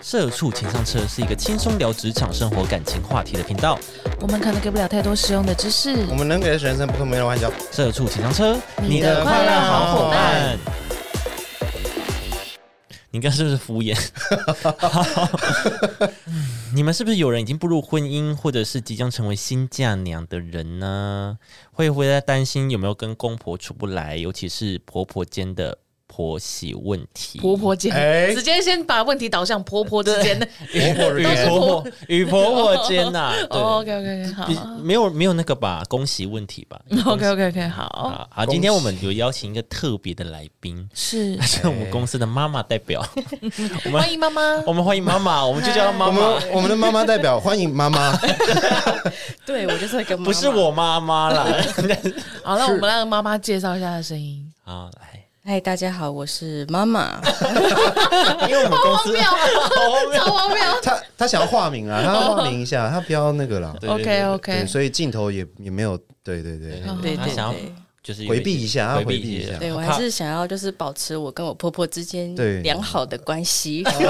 社畜情上车是一个轻松聊职场、生活、感情话题的频道。我们可能给不了太多实用的知识。我们能给的学生不可没人玩笑。社畜情上车，你的快乐好伙伴。你刚刚是不是敷衍？你们是不是有人已经步入婚姻，或者是即将成为新嫁娘的人呢？会不会在担心有没有跟公婆处不来，尤其是婆婆间的婆媳问题？婆婆间，哎直接先把问题导向婆婆之间的。 与婆婆与之间婆婆与婆婆间呐、对。 OK OK OK，好哦比没有没有那个吧，恭喜问题吧。 ，OK OK OK，好，哦啊，好，今天我们有邀请一个特别的来宾，是哎她是我们公司的妈妈代表， 欢迎妈妈。我哦们欢迎妈 妈，我们就叫她妈我妈，们我们的妈妈代表欢迎妈妈，对我就是跟不是。我妈妈啦。好了，那我们让妈妈介绍一下她的声音。 好，来，嗨，大家好，我是妈妈。因为我们公司好超荒谬。她她想要化名啊，她要化名一下，她不要那个啦。对 OK 对， OK，所以镜头也也没有，对对对，对她对想要对，就是回避一下，她回要回避避一下。对我怕还是想要就是保持我跟我婆婆之间对良好的关系。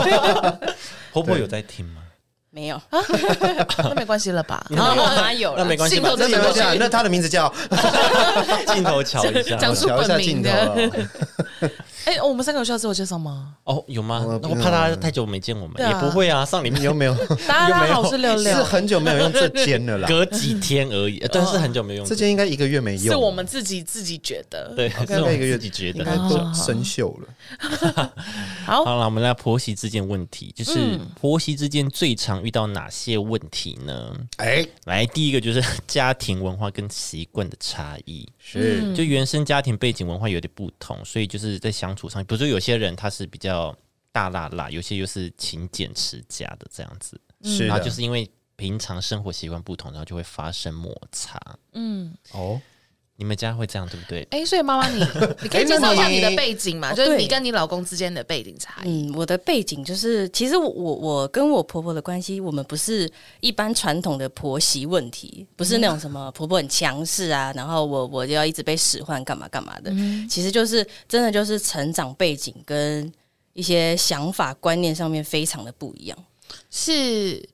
婆婆有在听吗？没有， 啊那没关系了吧？然后我妈有那没了。关系吧信口，那没关系 啊，对那她的名字叫镜头瞧一下。讲出瞧一下本名镜头的。了。哎，我们三个有需要自我介 绍吗？哦，有吗呃？那我怕她太久没见我们，对啊也不会啊。上礼你拜有没有？大有家没有好，我是六是六，很久没有用这间 了啦，隔几天而 啊已，呃但是很久没用这间应该一个月没用了，是我们自己自己觉得。对，应是该我一个自月己觉应得该。都生锈了。好，好了，我们来婆媳之间问题，就是嗯婆媳之间最常遇到哪些问题呢？哎，来，第一个就是 家庭文化跟习惯的差异，是就原生家庭背景文化有点不同，所以就是在相处上，比如说有些人他是比较大辣辣，有些又是勤俭持家的这样子，是然的，后就是因为平常生活习惯不同，然后就会发生摩擦。嗯。哦，你们家会这样对不对？哎、所以妈妈你，你可以哎那介绍一下你你的背景嘛？哦就是你对跟你老公之间的背景差异。嗯，我的背景就是，其实我我我跟我婆婆的关系，我们不是一般传统的婆媳问题，不是那种什么婆婆很强势啊，然后我我就要一直被使唤干嘛干嘛的，嗯其实就是真的就是成长背景跟一些想法观念上面非常的不一样。是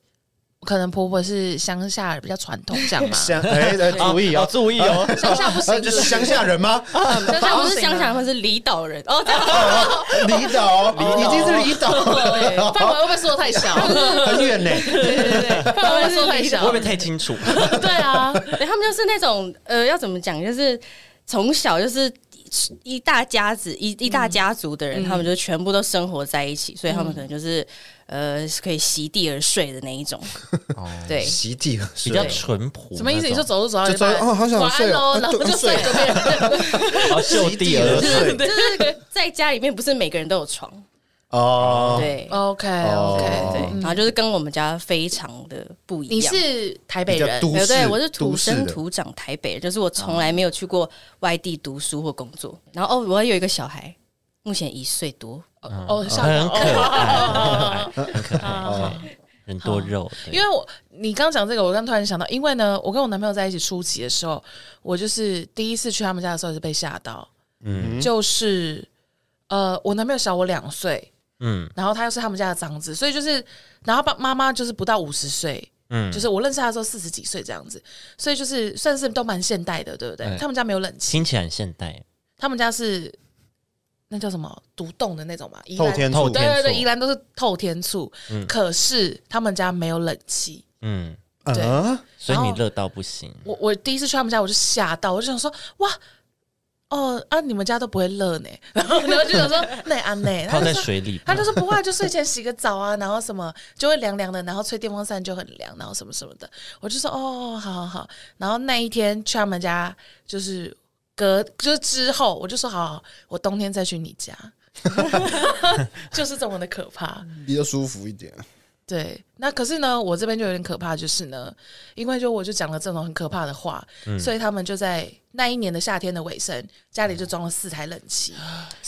可能婆婆是乡下比较传统这样嘛？乡哎，哎注意要哦，注意哦，乡下不啊，行，就是乡下人吗？乡下我不是行想想，啊，他是离岛人哦，这样离岛，已经是离岛对，了，范围会不会说得太小？很远呢。对对对，范围会不会说得太会不小会。太清楚？对啊，对他们就是那种呃，要怎么讲，就是从小就是一大家子一一大家族的人，嗯他们就全部都生活在一起，所以他嗯们可能就是、呃可以席地而睡的那一种。对，席地而比睡较淳朴那种，哦什么意思？你说走路走到一就走半，哦好想晚安睡喽哦，然后啊就就睡睡隔壁人。哦就地而席地睡而睡 就是在家里面不是每个人都有床，哦，对 OK 哦 OK，对，然后就是跟我们家非常的不一样。你是台北比较人，都对市，对，我是土都市生的哦土长台北人，就是我从来没有去过外地读书或工作。然后哦，我还有一个小孩，目前一岁多。哦，小很可爱，哦很可爱，对很多肉。对因为我你刚讲这个，我刚突然想到，因为呢，我跟我男朋友在一起初期的时候，我就是第一次去他们家的时候是被吓到，嗯就是呃，我男朋友小我两岁，嗯然后他又是他们家的长子，所以就是，然后爸妈妈就是不到五十岁，嗯，就是我认识他的时候四十几岁这样子，所以就是算是都蛮现代的，对不对？哎他们家没有冷气，听起来很现代，他们家是那叫什么独栋的那种嘛，宜透兰天透处，天对对对，厝宜兰都是透天厝，嗯可是他们家没有冷气。嗯，对啊，所以然你后热到不行，我我第一次去他们家，我就吓到，我就想说，哇，哦啊，你们家都不会热呢， 然后然后就想说，那安内，泡他就在说。水里吧，他就说不会啊，就睡前洗个澡啊，然后什么就会凉凉的，然后吹电风扇就很凉，然后什么什么的。我就说哦，好好好。然后那一天去他们家，就是隔就是之后，我就说好好好，我冬天再去你家， 就是这么的可怕。比较舒服一点。对，那可是呢，我这边就有点可怕，就是呢，因为就我就讲了这种很可怕的话，所以他们就在那一年的夏天的尾声，家里就装了四台冷气。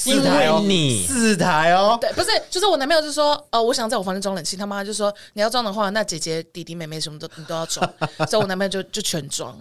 因哦为你四台哦，对，不是，就是我男朋友就说，呃，我想在我房间装冷气，他妈就说你要装的话，那姐姐、弟弟、妹妹什么都你都要装，所以我男朋友就就全装。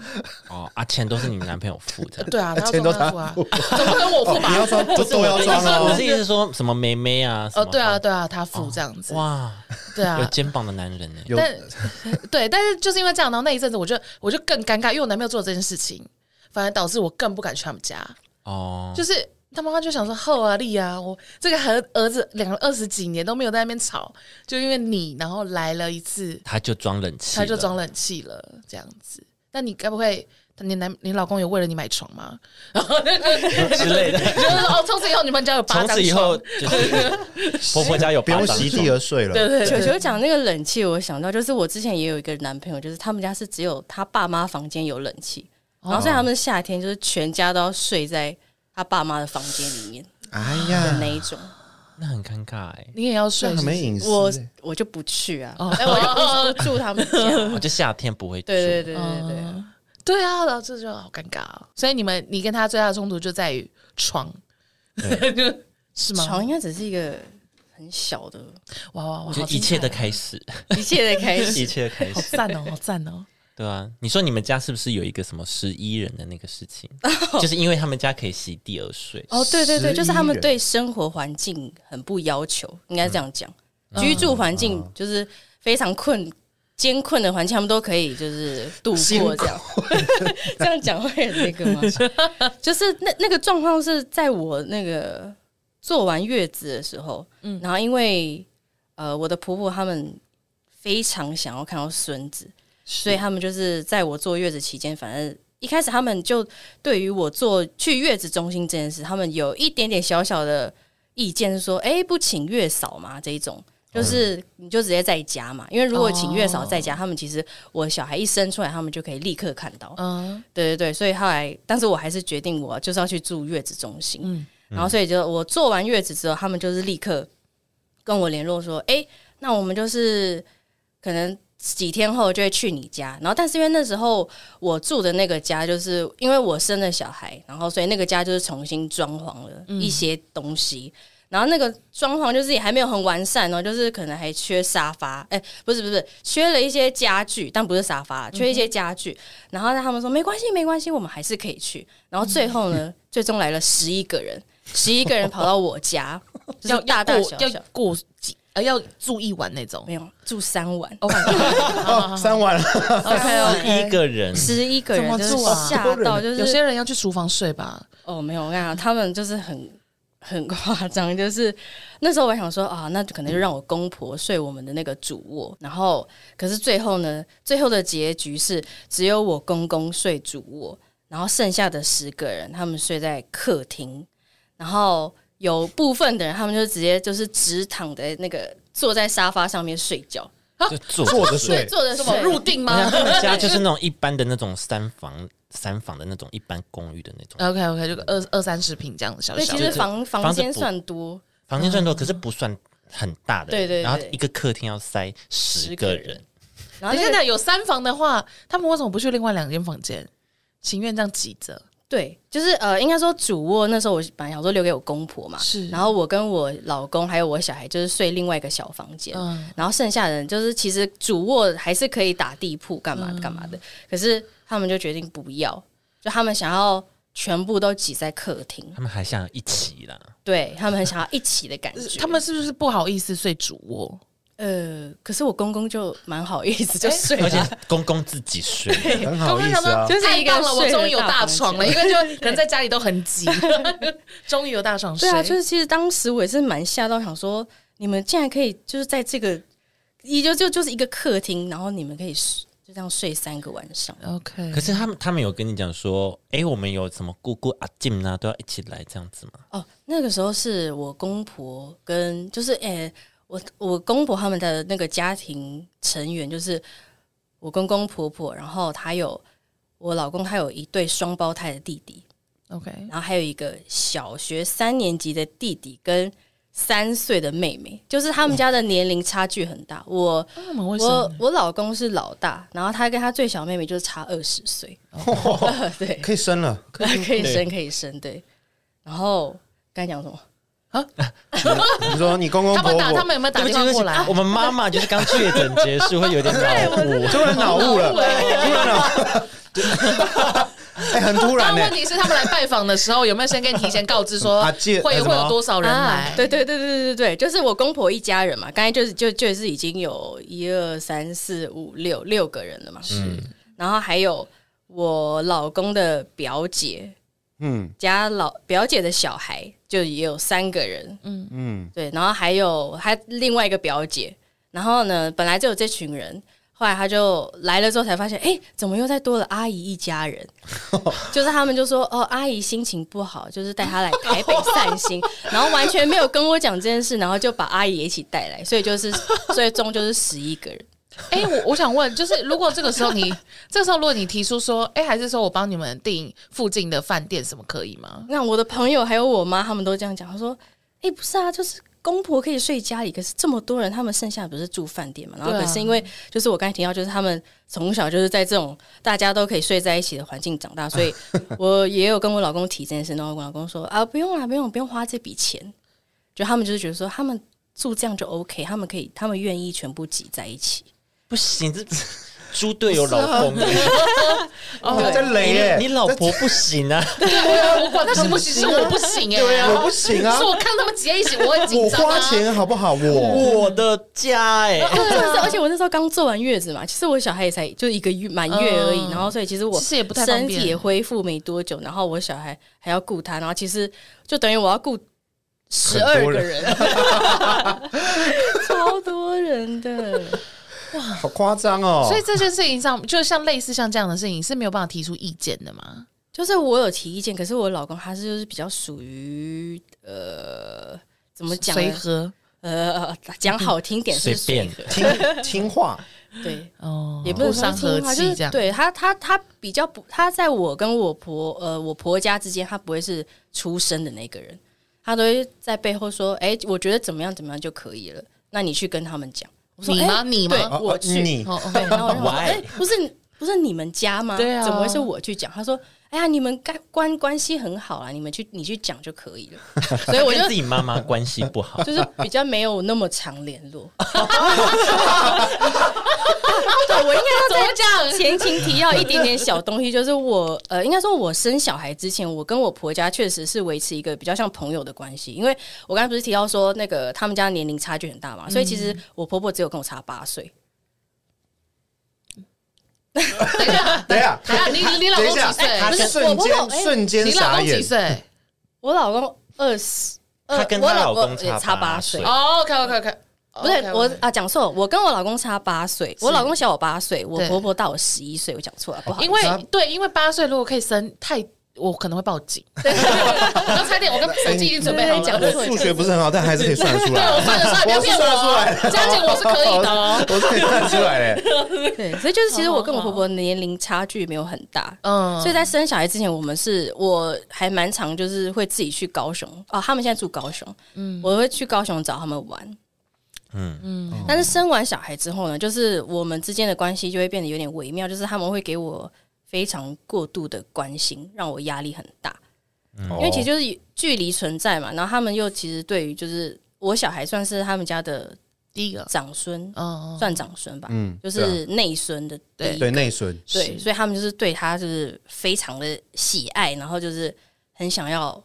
哦啊，钱都是你男朋友付 的。对啊，他要钱都装他哦他付啊， 怎么跟我付你要吧？装都都要装我是哦。意思是说什么妹妹啊？什哦，么对啊，，对啊，他付这样子，哇，对啊有，肩膀的男人呢。有但 对，但是就是因为这样，然后那一阵子我就我就更尴尬，因为我男朋友做了这件事情，反而导致我更不敢去他们家。哦，就是他妈妈就想说：“后啊，丽啊，我这个和儿子两个二十几年都没有在那边吵，就因为你，然后来了一次，他就装冷气，他就装。冷气了，这样子。那你该不会你男你老公有为了你买床吗？ 然后之类的就是说哦，从此以后你们家有八从张床，此以后，就是 婆婆家有不用席地了。而睡了，对对球对，球讲那个冷气，我想到就是我之前也有一个男朋友，就是他们家是只有他爸妈房间有冷气，然后哦所以他们夏天就是全家都要睡在他爸妈的房间里面哎的啊呀那，一种。那很尴尬哎。你也要睡是这很 不是没隐私我欸。我就不去啊，哦哎，我就不住他们家。 我哦就夏天不会住，对对对对对，嗯对啊，然后这就好尴尬、哦。所以你们你跟他最大的冲突就在于床， 是吗？床应该只是一个很小的哇哇哇，就好一精切彩的哦开始，一切的开 始。一切的开好始，赞哦，好赞 哦。对啊。你说你们家是不是有一个什么十一人的那个事情？就是因为他们家可以席地而睡，哦，对对对， 11就是他们对生活环境很不要求，应该这样讲，居住环境就是非常困。艰困的环境，他们都可以就是度过这样，这样 讲会很那个吗？ 就是那那个状况是在我那个做完月子的时候，嗯，然后因为呃我的婆婆他们非常想要看到孙子，所以他们就是在我坐月子期间，反正一开始他们就对于我做去月子中心这件事，他们有一点点小小的意见，是说，哎、不请月嫂嘛这一种。就是你就直接在家嘛，因为如果请月嫂在家，他们其实我小孩一生出来，他们就可以立刻看到。嗯，对对对，所以后来，但是我还是决定我就是要去住月子中心。然后所以就我做完月子之后，他们就是立刻跟我联络说，哎、那我们就是可能几天后就会去你家。然后但是因为那时候我住的那个家，就是因为我生了小孩，然后所以那个家就是重新装潢了嗯一些东西。然后那个装潢就是也还没有很完善哦，就是可能还缺沙发，哎，不是不是，缺了一些家具，但不是沙发，嗯缺一些家具。然后呢，他们说没关系，没关系，我们还是可以去。嗯然后最后呢，最终来了十一个人，十一个人跑到我 家，就是要大大要过小要小过几呃要住一晚那种。没有住三晚， 哦 Oh my god！哦，三晚了， OK 十一 OK，个人，十一个人怎么就是住啊吓到，就有些是哦人要去厨房睡吧。哦，没有，我跟你讲，他们就是很很夸张，就是那时候我还想说啊，那就可能就让我公婆睡我们的那个主卧，然后可是最后呢，最后的结局是只有我公公睡主卧，然后剩下的十个人他们睡在客厅，然后有部分的人他们就直接就是直躺在那个坐在沙发上面睡觉，就坐坐着啊对，睡，坐着什么睡，入定我想吗 他们家就是那种一般的那种三房三房的那种一般公寓的那种？OK OK，就个二二三十平这样子，小对，小其的。实房房房子间不算多。房间，算多，可是不算很大的。对对对然后一个客厅要塞十个人，然等后一下，那个等一下有三房的话，他们为什么不去另外两间房间？情愿这样挤着？对，就是呃，应该说主卧那时候我本来想说留给我公婆嘛，是然后我跟我老公还有我小孩就是睡另外一个小房间，嗯然后剩下的人就是其实主卧还是可以打地铺干嘛嗯干嘛的，可是他们就决定不要，就他们想要全部都挤在客厅，他们还想一起啦。对他们很想要一起的感觉。呃他们是不是不好意思睡主卧？呃，可是我公公就蛮好意思，就哎睡而且了。公公自己睡，很好意思啊就。就是太一个棒了，我睡的终于有大大房间床了，因为就可能在家里都很 挤，终于有大床睡。对啊，就是其实当时我也是蛮吓到，想说你们竟然可以就是在这个，也就就就是一个客厅，然后你们可以睡就这样睡三个晚上。 OK。可是他们他们有跟你讲说，哎、我们有什么姑姑阿静啊，都要一起来这样子吗？哦，那个时候是我公婆跟就是诶、我我公婆他们的那个家庭成员就是我公公婆婆，然后他有我老公，他有一对双胞胎的弟弟， OK，然后还有一个小学三年级的弟弟跟三岁的妹妹，就是他们家的年龄差距很大。我那么为什我么？我老公是老大，然后他跟他最小妹妹就是差二十岁，对，可以生了，可以生可以生，对。然后刚才讲什么？你说你公公他婆们打他婆们有没有打对不电起，对不话过起，来啊？我们妈妈就是刚确诊结束，会有点脑雾。突然脑雾了，突然脑雾，哎，很突然但呢问。题是，他们来拜访的时候，有没有先跟你提前告知说啊借会呃什会么有多少人来啊？对对对对对对，就是我公婆一家人嘛，刚才就是就就是已经有一二三四五六六个人了嘛，是，然后还有我老公的表姐嗯加老表姐的小孩，就也有三个人，嗯，对，然后还有还另外一个表姐，然后呢，本来就有这群人。后来他就来了之后才发现，哎、怎么又再多了阿姨一家人？就是他们就说，哦，阿姨心情不好，就是带她来台北散心，然后完全没有跟我讲这件事，然后就把阿姨也一起带来，所以就是最终就是十一个人。哎、我我想问，就是如果这个时候你这个时候如果你提出说，哎、还是说我帮你们订附近的饭店什么可以吗？那我的朋友还有我妈，他们都这样讲，他说：“哎、不是啊，就是公婆可以睡家里，可是这么多人，他们剩下不是住饭店嘛？然后对啊可是因为就是我刚才提到，就是他们从小就是在这种大家都可以睡在一起的环境长 大，所以我也有跟我老公提这件事，然后我老公说：啊，不用啦，不用，不用花这笔钱。就他们就是觉得说，他们住这样就 OK，他们可以，他们愿意全部挤在一起。不行，这猪队友老公欸， 在雷耶，你老婆不行啊！哦对啊，我管他行不行，是我不行哎、对啊，我不行啊是，我看他们挤在一起，我很紧我张、啊。花钱好不好？我我的家哎、对啊， 而且我那时候刚坐完月子嘛，其实我小孩也才就一个月满月而已，嗯然后所以其实我其实也不太方身便体也恢复没多久，然后我小孩还要顾他，然后其实就等于我要顾十二很个多人，超多人的。好夸张哦。所以这件事情上，就像类似像这样的事情是没有办法提出意见的嘛？ 就是我有提意见，可是我老公他是就是比较属于呃怎么讲呢随和呃讲好听点是随便随和听听话，对。哦，也不能不说伤和听话气这就是样。对他，他他比较不，他在我跟我婆呃我婆家之间，他不会是出生的那个人，他都会在背后说：“哎、我觉得怎么样怎么样就可以了。”那你去跟他们讲。我说：“你哎吗？你对吗？ 我去。啊你哦对，然后我就说：“ Why？哎、不是不是你们家吗？对啊怎么会是我去讲？”他说：“哎呀，你们干关关系很好啊，你们去你去讲就可以 了。”所以我跟就自己妈妈关系不好， 就是比较没有那么常联 络。对，我应该要再这样前情提要一点点小东西，就是我呃，应该说我生小孩之前，我跟我婆家确实是维持一个比较像朋友的关系，因为我刚才不是提到说那个他们家年龄差距很大嘛，所以其实嗯我婆婆只有跟我差八岁，等一下，等一下，等一哎下，你你老等公一下几，岁？他不是瞬我间不懂哎瞬间你老傻公几眼，岁？我老公二十。呃她跟我她老公公也差差八岁岁，哦，OK OK OK，不是我啊，讲错，我跟我老公差八岁，我老公小我八岁，我对婆婆大我十一岁，我讲错了，不好意思因为他对，因为八岁如果可以生太，我可能会报警。然后差点，我跟手机已经准备好对讲了。错我数学不是很好，但还是可以算得出啊对，我算来。得出来，不要骗我我是算得出来哦。嘉姐，我是可以的哦。 我是可以算得出来的。对，所以就是其实我跟我婆婆年龄差距没有很大，嗯，所以在生小孩之前，我们是我还蛮常就是会自己去高雄哦，他们现在住高雄，嗯，我会去高雄找他们玩。嗯嗯，但是生完小孩之后呢，就是我们之间的关系就会变得有点微妙，就是他们会给我非常过度的关心，让我压力很大。哦因为其实就是距离存在嘛，然后他们又其实对于就是我小孩算是他们家的第一个，长孙，嗯，算长孙吧，嗯对就是内孙的第一对内孙，对，所以他们就是对他就是非常的喜爱，然后就是很想要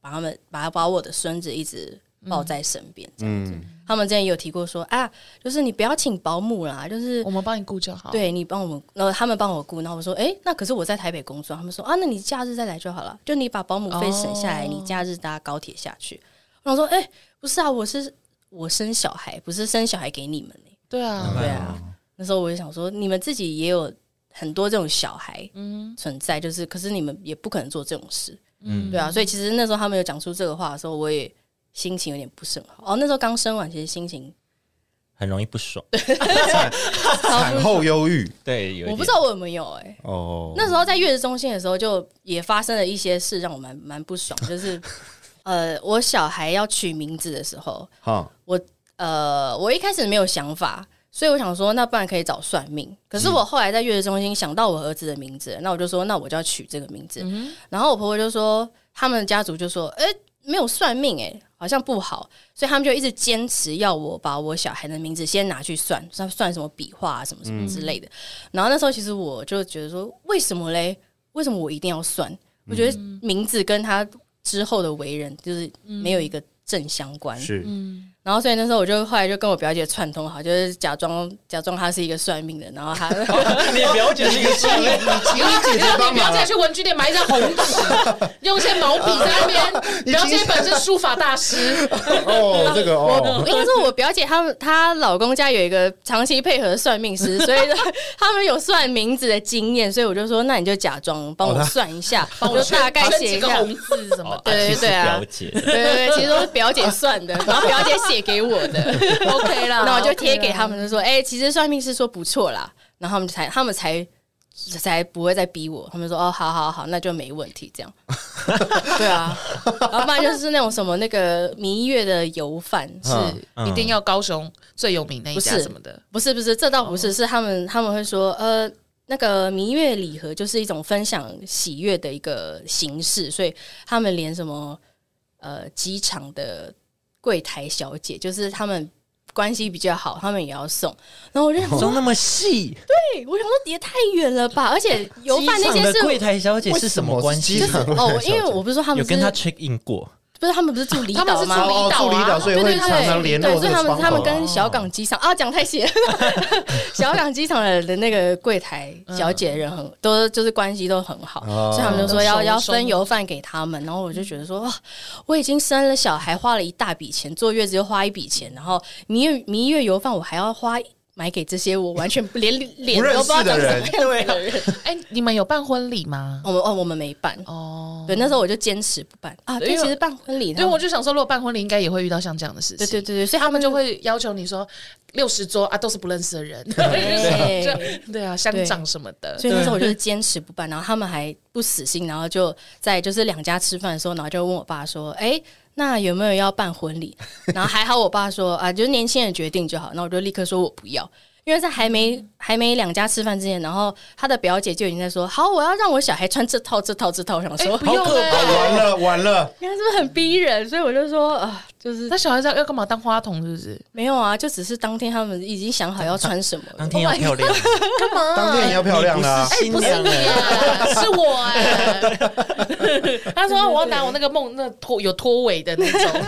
把他们把把我的孙子一直抱在身边。嗯，他们之前也有提过说啊，就是你不要请保姆啦，就是我们帮你顾就好。，对你帮我们，然后他们帮我顾，然后我说哎、诶那可是我在台北工作，他们说啊，那你假日再来就好了，就你把保姆费省下来，哦你假日搭高铁下去。然后我说哎、诶不是啊，我是我生小孩，不是生小孩给你们、欸对哦啊，对啊，那时候我就想说，你们自己也有很多这种小孩存在，就是可是你们也不可能做这种事，嗯对啊，所以其实那时候他们有讲出这个话的时候，我也心情有点不是很好。哦，那时候刚生完，其实心情很容易不爽。产后忧郁对，有一我不知点道我有没有哎、哦，那时候在月子中心的时候，就也发生了一些事，让我蛮蛮不爽，就是呃，我小孩要取名字的时候，哈，呃，我一开始没有想法，所以我想说，那不然可以找算命。可是我后来在月子中心想到我儿子的名字，那我就说，那我就要取这个名字。然后我婆婆就说，他们家族就说，哎、没有算命、哎，好像不好，所以他们就一直坚持要我把我小孩的名字先拿去算，算算什么笔画啊，什么什么之类的。然后那时候其实我就觉得说，为什么嘞？为什么我一定要算？我觉得名字跟他之后的为人就是没有一个正相关。是然后所以那时候我就后来就跟我表姐串通好，就是假装假装她是一个算命的，然后她你的表姐是一个算命，请你姐姐然后帮你表忙啊姐去文具店买一张红 纸，用一些毛笔在那边。表姐本身书法大师，哦，这个哦，应该说，我表姐她们她老公家有一个长期配合的算命师，所以他们有算名字的经验，所以我就说，那你就假装帮哦我她算一下，帮我就大概圈写几一个下。红字什么 哦的。对其实对啊表姐，对对对，其实都是表姐算的，然后表姐写给我 的， OK 啦，那我就贴 OK 给啦他们，就说，哎、其实算命师说不错啦，然后他们才他们才才不会再逼我，他们说，哦，好好好，那就没问题，这样，对啊，然后不然就是那种什么那个迷月的油饭，嗯是啊哦一定要高雄最有名那一家不是什么的。不是不是，这倒不是，是他们他们会说，呃，那个蜜月礼盒就是一种分享喜悦的一个形式，所以他们连什么呃机场的柜台小姐，就是他们关系比较好，他们也要送。然后我就想说，装那么细，对我想说也太远了吧，而且油饭机那场些的是柜台小姐是什么关系为就什是么是机场哦，因为我不是说他有们是跟她 check in 过，不是他们不是住离他们岛是吗？住哦，助理导，所以会常常联络啊对，所这以个他窗们口。啊他们跟小港机场啊讲 太细了，小港机场的的那个柜台小姐人很都就是关系都很好，哦所以他们就说要熟要熟分油饭给他们，然后我就觉得说哇，我已经生了小孩，花了一大笔钱，坐月子又花一笔钱，然后蜜月蜜月油饭我还要花。买给这些我完全不连脸都不知道长什么样子的人，嗯哎，你们有办婚礼吗？我们哦我们没办，哦，对那时候我就坚持不办啊，对对，因为其实办婚礼，对，我就想说，如果办婚礼，应该也会遇到像这样的事情。对对对对，所以所以他们他们就就会会要求你说六十桌啊，都是不认识的人，对就 对啊，乡长什么的。所以那时候我就是坚持不办，然后他们还不死心，然后就在就是两家吃饭的时候，然后就问我爸说：“哎、那有没有要办婚礼？” 然后还好我爸说：“啊，就是年轻人决定就好。”那我就立刻说我不要，因为在还没还没两家吃饭之前，然后他的表姐就已经在说：“好，我要让我小孩穿这套这套这套。”我想说，哎哎不用哦可怕，了完了完了，你看是不是很逼人？所以我就说啊，就是那小孩子要干嘛？当花童是不是？没有啊，就只是当天他们已经想好要穿什么了当。天要漂亮，干嘛当天也要嗯漂亮啊啦你。不是新不是娘你哎，啊，是我哎。 他说我要拿我那个梦，那拖有拖尾的那 种，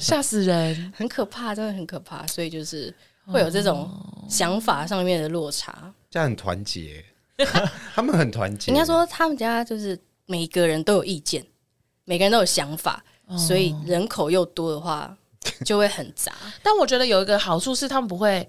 吓死人。很可怕，真的很可怕，所以就是会有这种想法上面的落差。这样很团 结，他们很团结。应该说他们家就是每个人都有意见，每个人都有想法，哦所以人口又多的话就会很 杂。但我觉得有一个好处是，他们不会，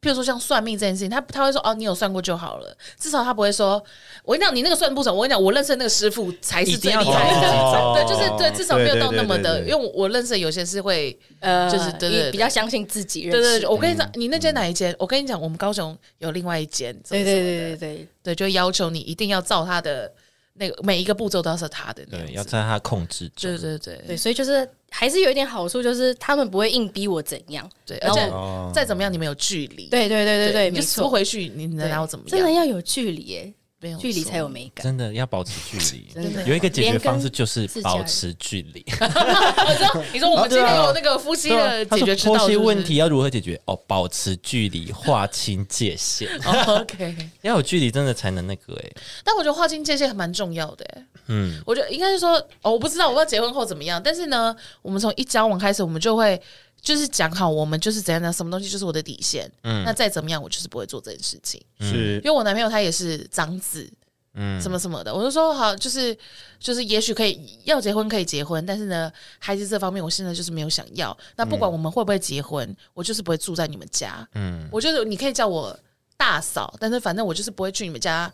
譬如说像算命这件事情，他他会说哦，你有算过就好了，至少他不会说，我跟你讲，你那个算不准，我跟你讲，我认识的那个师傅才是最厉害一定的。要 哦对，就是对，至少没有到那么的，对对对对对因为我我认识的有些是会，呃，就是对对对你比较相信自己认对对识对，的。我跟你讲，你那间哪一间？我跟你讲，我们高雄有另外一间，什对么对什么的对对对，对，就要求你一定要照他的那个每一个步骤都要是他的那样对，子要在她控制中对。对对对，对所以就是还是有一点好处，就是他们不会硬逼我怎样。对，而然后且哦再怎么样你们有距离，对对对对对，你没就缩错。回去，你能要怎么真的样？要有距离耶，没有距离错才有美感。真的要保持距离 真的，有一个解决连跟方式就是自家人保持距离。你说，你说哦我们今天有那个夫妻的啊他啊解说决之道，婆媳是不是问题要如何解决？哦，保持距离，划清界限， 哦，OK。 要有距离真的才能那个哎、但我觉得划清界限还蛮重要的、欸。嗯，我觉得应该是说，哦，我不知道我不知道结婚后怎么样，但是呢，我们从一交往开始，我们就会就是讲好，我们就是怎样的什么东西就是我的底线。嗯，那再怎么样，我就是不会做这件事情。是因为我男朋友他也是长子，嗯，什么什么的，我就说好，就是就是，也许可以要结婚可以结婚，但是呢，孩子这方面我现在就是没有想要。那不管我们会不会结婚，我就是不会住在你们家，嗯，我觉得你可以叫我大嫂，但是反正我就是不会去你们家，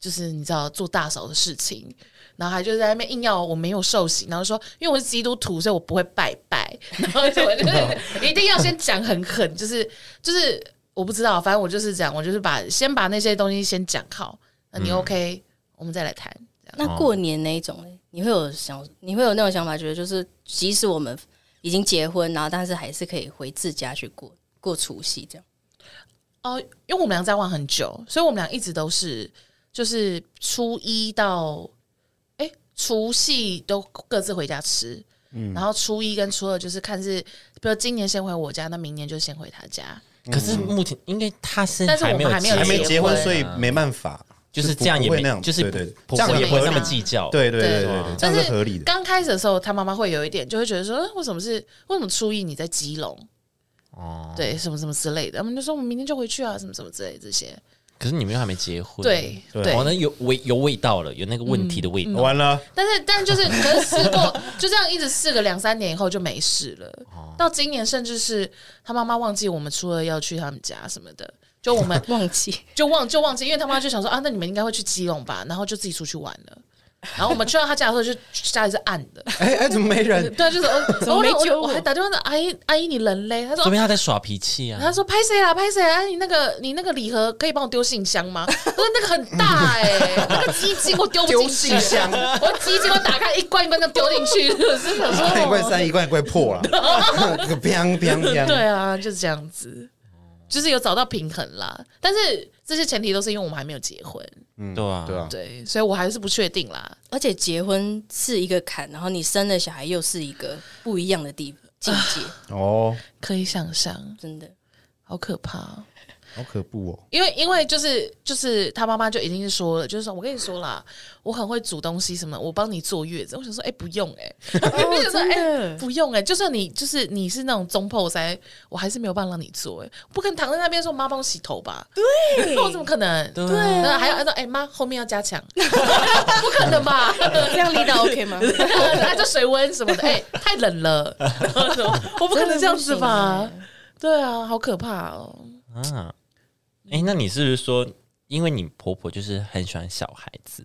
就是你知道做大嫂的事情。然后还就在那边硬要我没有受洗，然后说因为我是基督徒，所以我不会拜拜，然后 就我就是一定要先讲很狠，就是就是我不知道，反正我就是这样，我就是把先嗯把那些东西先讲好，那你 OK，、我们再来谈。这样哦那过年那一种嘞，你会有想，你会有那种想法，觉得就是即使我们已经结婚，然后但是还是可以回自家去过过除夕这样。哦，因为我们俩交往很久，所以我们俩一直都是就是初一到哎除夕都各自回家吃，嗯然后初一跟初二就是看是，比如今年先回我家，那明年就先回他家。可是目前应该他是嗯但是我还们没有还没有还没结结婚婚啊，所以没办法，就是不这样也不会没那样，就是对对，婆这样婆也也不会那么合理计较，对对对对对对，这但样是是合理的。刚开始的时候，他妈妈会有一点，就会觉得说，呃为什么是为什么初一你在基隆？哦。对，什么什么之类的，他们就说我们明天就回去啊，什么什么之类的这些。可是你们又还没结婚，对嗯对哦，那有味有味道了，有那个问题的味道。哦完了，但是，但就是，可是试过， 就这样一直试个两三年以后就没事了。到今年，甚至是他妈妈忘记我们初二要去他们家什么的，就我们忘记，就忘就忘记，因为他妈就想说啊，那你们应该会去基隆吧，然后就自己出去玩了。然后我们去到他家的时候，就家里是暗的，哎哎，怎么没人？对，啊就是呃我，么没然后揪我我我还打电话说阿姨阿姨你人嘞？他说说明他在耍脾气啊！他说拍谁啊？拍谁啊？你那个你那个礼盒可以帮我丢信箱吗？我说那个很大哎、欸，那个鸡精我丢不进丢去。信箱我鸡精我打开一罐一罐的丢进去，我是想说一罐三一罐一罐破了，那个砰砰对砰，啊，就是这样子，就是有找到平衡啦。但是这些前提都是因为我们还没有结婚，嗯对啊对啊，对，所以我还是不确定啦。 而且结婚是一个坎，然后你生了小孩又是一个不一样的地境 界，哦，可以想象，真的。好可怕哦、好可怖哦，因为因为就是就是他妈妈就已经是说了，就是说我跟你说啦，我很会煮东西什么，我帮你坐月子。我想说，哎、不用 哎、欸，我想说，哦真的哎、不用哎、就算你就是你是那种中破塞，我还是没有办法让你做哎、不可能躺在那边说妈帮我洗头吧？对， 我怎么可能？对对啊还要说，哎、妈后面要加强， 不可能吧？这样 力道 OK 吗？ 那就水温什么的，哎、太冷了， 然后什么我不可能这样子欸吧？对啊，好可怕哦。啊！哎、那你是不是说，因为你婆婆就是很喜欢小孩子，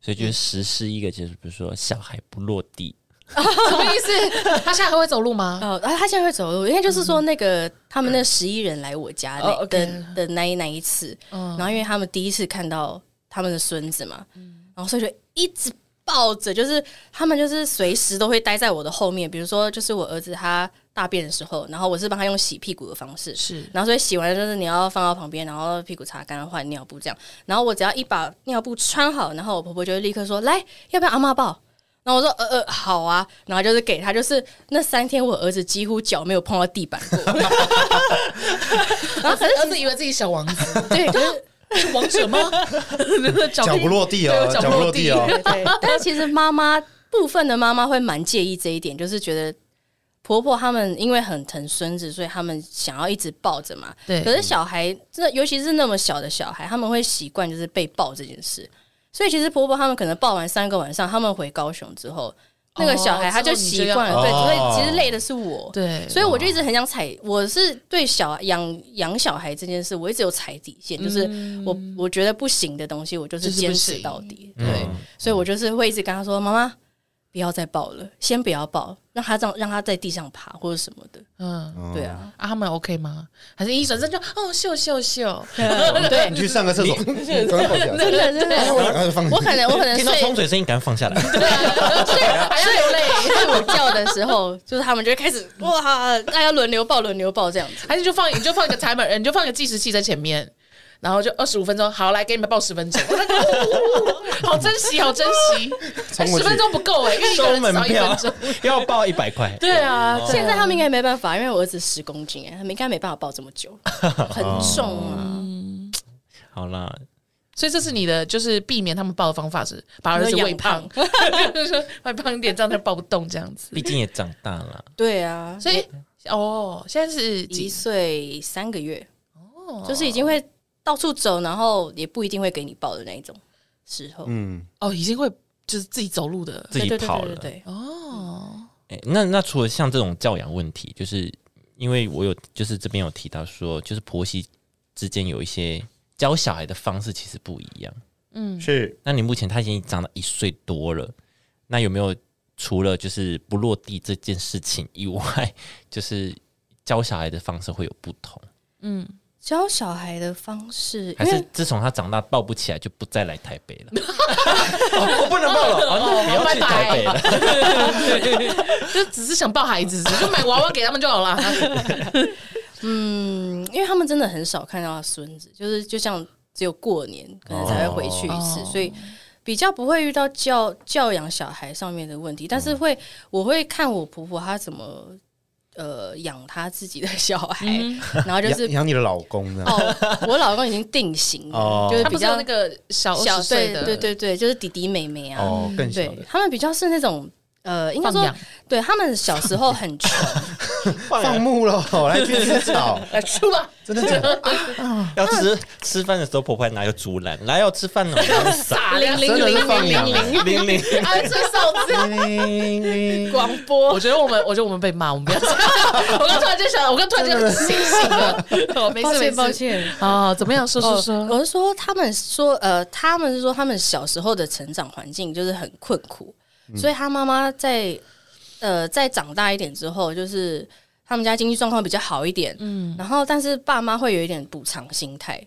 所以就实施一个，就是比如说小孩不落地，什么意 思？他现在还会走路吗？哦，啊，他现在会走路，因为就是说那个、他们那十一人来我家那、哦，OK 的的那一那一次，然后因为他们第一次看到他们的孙子嘛，然后所以就一直抱着，就是他们就是随时都会待在我的后面，比如说就是我儿子他大便的时候，然后我是帮他用洗屁股的方式，是然后所以洗完了就是你要放到旁边，然后屁股擦干换尿布这样。然后我只要一把尿布穿好，然后我婆婆就会立刻说：“来，要不要阿妈抱？”然后我说：“呃呃，好啊。”然后就是给他，就是那三天我儿子几乎脚没有碰到地板 过。 然后可是儿子以为自己小王子， 对，就是是王者 吗？脚脚不落地哦，对脚脚不不落落地地哦，对 对。但是其实妈妈部分的妈妈会蛮介意这一点，就是觉得。婆婆他们因为很疼孙子，所以他们想要一直抱着嘛。对可是小孩，这尤其是那么小的小孩，他们会习惯就是被抱这件事。所以其实婆婆他们可能抱完三个晚上，他们回高雄之后，那个小孩他就习惯了，哦对，之后所你就要以其实累的是我。对，所以我就一直很想踩，我是对小养养小孩这件事，我一直有踩底线，就是我我觉得不行的东西，我就就是是不坚持行到底。对，所以我就是会一直跟他说：“妈妈，不要再抱了，先不要抱，让他这样让他在地上爬或者什么的。嗯。”对啊，啊，他们 OK 吗？还是一转身就哦秀秀 秀？对你，去上个厕所，赶快跑起来，真的真哎我的，哎放我可 能我可能听到睡冲水声音，赶快放下来。 还要流泪，睡午觉的时候，就是他们就会开始哇，大家轮流抱轮流抱这样子。还是就放你就放一个 timer，你就放一个计时器在前面，然后就二十五分钟，好来给你们报十分钟， 好珍惜，好珍惜，冲过十去分钟不够哎，因为一个收人门少一票分钟。 要报一百块，对啊，对啊现在他们应该没办法，因为我儿子十公斤哎、他们应该没办法抱这么久，很重啊。好啦，所以这是你的，就是避免他们抱的方法是把儿子你说喂养胖，就是说 喂胖一点，这样才抱不动这样子。 毕竟也长大了，对啊，所以哦，现在是一几？岁三个月，就是已经会到处走，然后也不一定会给你抱的那一种时候。嗯，哦，已经会就是自己走路的自己对对对跑对了对。对哦。哎、那那除了像这种教养问题，就是因为我有就是这边有提到说，就是婆媳之间有一些教小孩的方式其实不一样。是那你目前他已经长到一岁多了，那有没有除了就是不落地这 件事情以外，就是教小孩的方式会有不同？教小孩的方式，还因是为自从他长大抱不起来，就不再来台北了。我不能 报了。哦，那你要去台北了。就只是想抱孩子，就买娃娃给他们就好 了。嗯，因为他们真的很少看到他孙子，就是就像只有过年可能才会回去一次，哦所以比较不会遇到教教养小孩上面的问题，但嗯是会、我会看我婆婆她怎么呃养她自己的小孩，嗯 然后就养是。养你的老公呢？哦，我老公已经定型了，哦就是他比不是有较那个小二小十岁对的，对对对，就是弟弟妹妹啊，哦，更小对的他们比较是那种呃，应该放说养对他们小时 候很穷，放牧了，来去吃草，来 出吧，真的假的？要吃吃饭的时候，婆婆还拿个竹篮，来要吃饭了， 傻零零真的零是放零羊零啊 零，零零。安吹哨子。叮广播，我觉得我们，我觉得我们被骂，我们不要这样。 我刚突然就想，我刚突然就很清醒了。哦，没抱事没歉事，抱。歉。哦，怎么样？说说哦说。我是说他们说呃，他们是说他们小时候的成长环境就是很困苦，所以他妈妈在呃在长大一点之后，就是他们家经济状况比较好一点，嗯，然后但是爸妈会有一点补偿心态，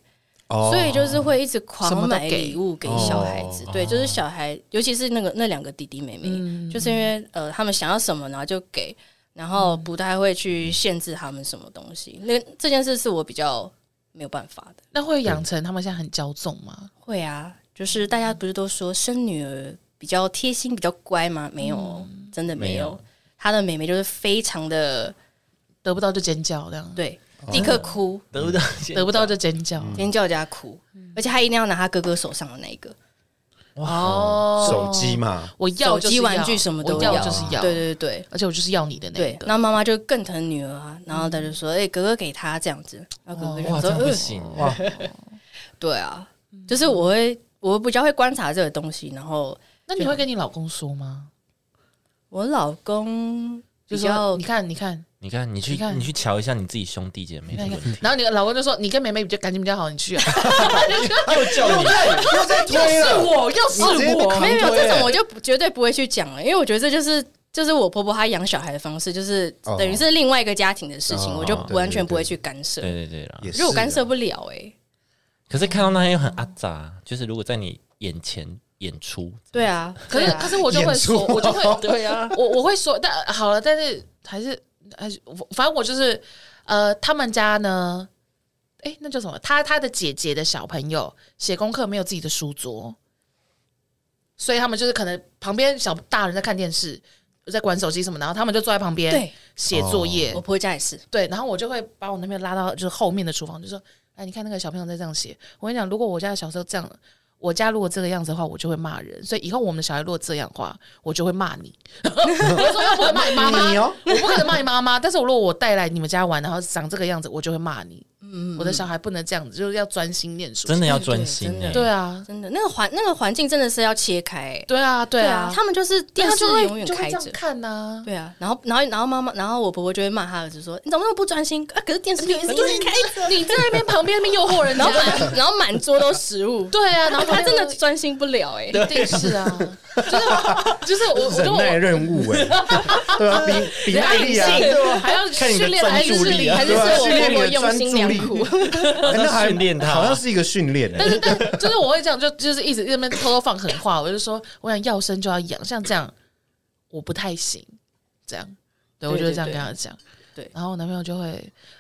哦所以就是会一直什么狂都买给礼物给小孩子，哦对，就是小孩，尤其是那个那两个弟弟妹妹，就是因为呃他们想要什么，然后就给，然后不太会去限制他们什么东西。那这件事是我比较没有办法的。那会养成他们现在很骄纵吗？会啊，就是大家不是都说生女儿比较贴心、比较乖吗？没有哦，嗯真的没没有有。她的妹妹就是非常的得不到就尖叫，这样。对，立刻哭，得不到，得不到就尖叫。嗯尖叫加哭，而且她一定要拿她哥哥手上的那一个。哦手机，嘛，我要就手是机要玩具什么都我要要就是要，对，对对。而且我就是要你的那对，个。嗯然后妈妈就更疼女儿啊，然后她就说：“哎、哥哥给她这样子。”然后哥哥就哦哇，说真：“不呃，行欸哇哇！对啊，嗯就是我会，我比较会观察这个东西。然后那你会跟你老公说吗？我老公就比说较你看，你看，你看，你去你看你去瞧一下你自己兄弟姐妹你的看，你问看 题。。然后你老公就说：“你跟妹妹比较感情比较好，你去啊。又叫你，又在 又推是了，我，又是你直接被我扛，没有很没有多耶这种，我就不绝对不会去讲了，因为我觉得这就是就是我婆婆她养小孩的方式，就是哦等于是另外一个家庭的事情，哦我就对对完全对不会去干涉，对对对啦。也因是为我啊干涉不了哎、可是看到那些又很阿杂，就是如果在你眼前演出，对啊，可是对啊可是我就会说，演出我就会对啊，我我会说，但好了，但是还是还是我反正我就是呃，他们家呢，哎、那叫什么？他他的姐姐的小朋友写功课没有自己的书桌，所以他们就是可能旁边小大人在看电视，在玩手机什么，然后他们就坐在旁边对写作业。我婆家也是，对，然后我就会把我那边拉到就是后面的厨房，就说：“哎，你看那个小朋友在这样写。”我跟你讲，如果我家的小时候这样，我家如果这个样子的话，我就会骂人。所以以后我们的小孩如果这样的话，我就会骂你。 我说我不会骂你妈妈，你哦我不可能骂你妈妈。但是我如果我带来你们家玩，然后长这个样子，我就会骂你。嗯，我的小孩不能这样子，就是要专心念书。真的要专心对哎。真的对啊，真的那个环那个环境真的是要切开、欸，对啊，对啊，他们就是电他视就会永远就会开这样着。看呐、对啊，然后然后然后妈妈，然后我婆婆就会骂她儿子说：“你怎么那么不专心啊？可是电视就一直开，你在那边旁边那边诱惑人然家后，满然后满桌都食物，对啊，然后旁她边真的专心不了哎、一定是 啊，就是就是我，我就 忍我耐任务哎，对啊，比比耐力啊，人家对吧？还要看你的训练还是专注力啊还是对是啊，我训默练你默的用专心注良力 苦，哎哎那还训练他好像是一个训练哎，就是我会这样，就就是一直在那边偷偷放狠话，我就说我想要生就要养，像这样我不太行，这样，对我对就会这样对跟他讲。对然后我男朋友就会，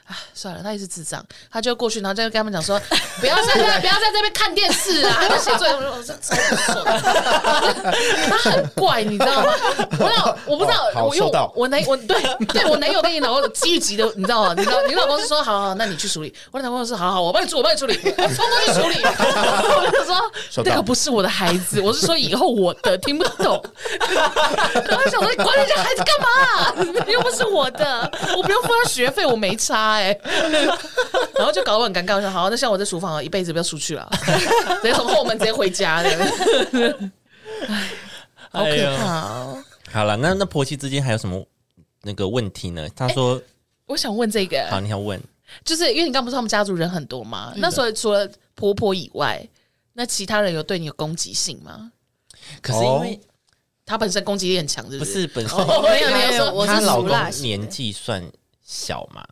啊，算了，他也是智障，他就过去，然后就跟他们讲说， 不要在这边，不要在这边看电视啊，还在写作业，我说我这超不爽的， 他很怪，你知道吗？我老我不知道哦，好我因为收到我我男我对对我男友跟你老公积极的，你知道吗？你老你老公是说好好，那你去处理，我男朋友是好好，我帮你处理，我帮你处理，我冲过去处理，我就收说到那个不是我的孩子，我是说以后我的听不懂，然后我想说你管人家孩子干嘛、又不是我的，我不用付他学费，我没差哎、然后就搞得我很尴尬，我说好，那像我在厨房一辈子不要出去了， 直接从后门直接回家的，好哎可呦怕哦！好了，那那婆媳之间还有什么那个问题呢？他说我想问这好，个，你要问就是因为你刚不是他们家族人很多嘛，嗯那所以除了婆婆以外，那其他人有对你有攻击性吗？可是因为她本身攻击力很强，是哦不不是？是本身哦，没有没没有有说我是她老熟公辣型的年纪算小嘛，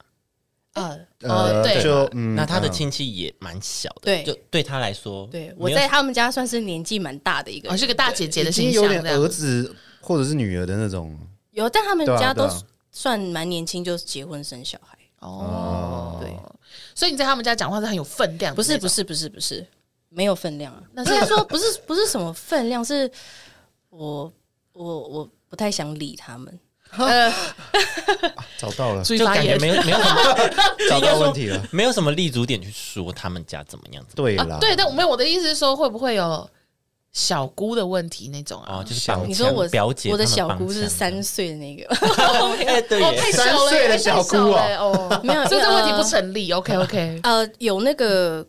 啊，呃，对就嗯，那他的嗯亲戚也蛮小的，对就对他来说，对我没有在他们家算是年纪蛮大的一个哦，人，是个大姐姐的已经形有象点这儿样。子或者是女儿的那种，有，但他们对啊家对都啊算蛮年轻就结婚生小孩，哦，对，所以你在他们家讲话是很有分量的不那是种，不是不是不是没有分量 啊，那那是是说不是不是什么分量，是我我我不太想理他们，呃找到了，就感觉没有没有什 么找到问题了。没有什么立足点去说他们家怎么样怎么对啦啊，，对，但我没有我的意思是说，会不会有小姑的问题那种样哦，啊？就是绑你说我墙表姐我的他们小绑姑是墙三岁的那个， 哎对哦，耶太小了三岁的小姑哦哎太小了哦， 没有呃所以这因为问题不成立。OK OK，呃，有那个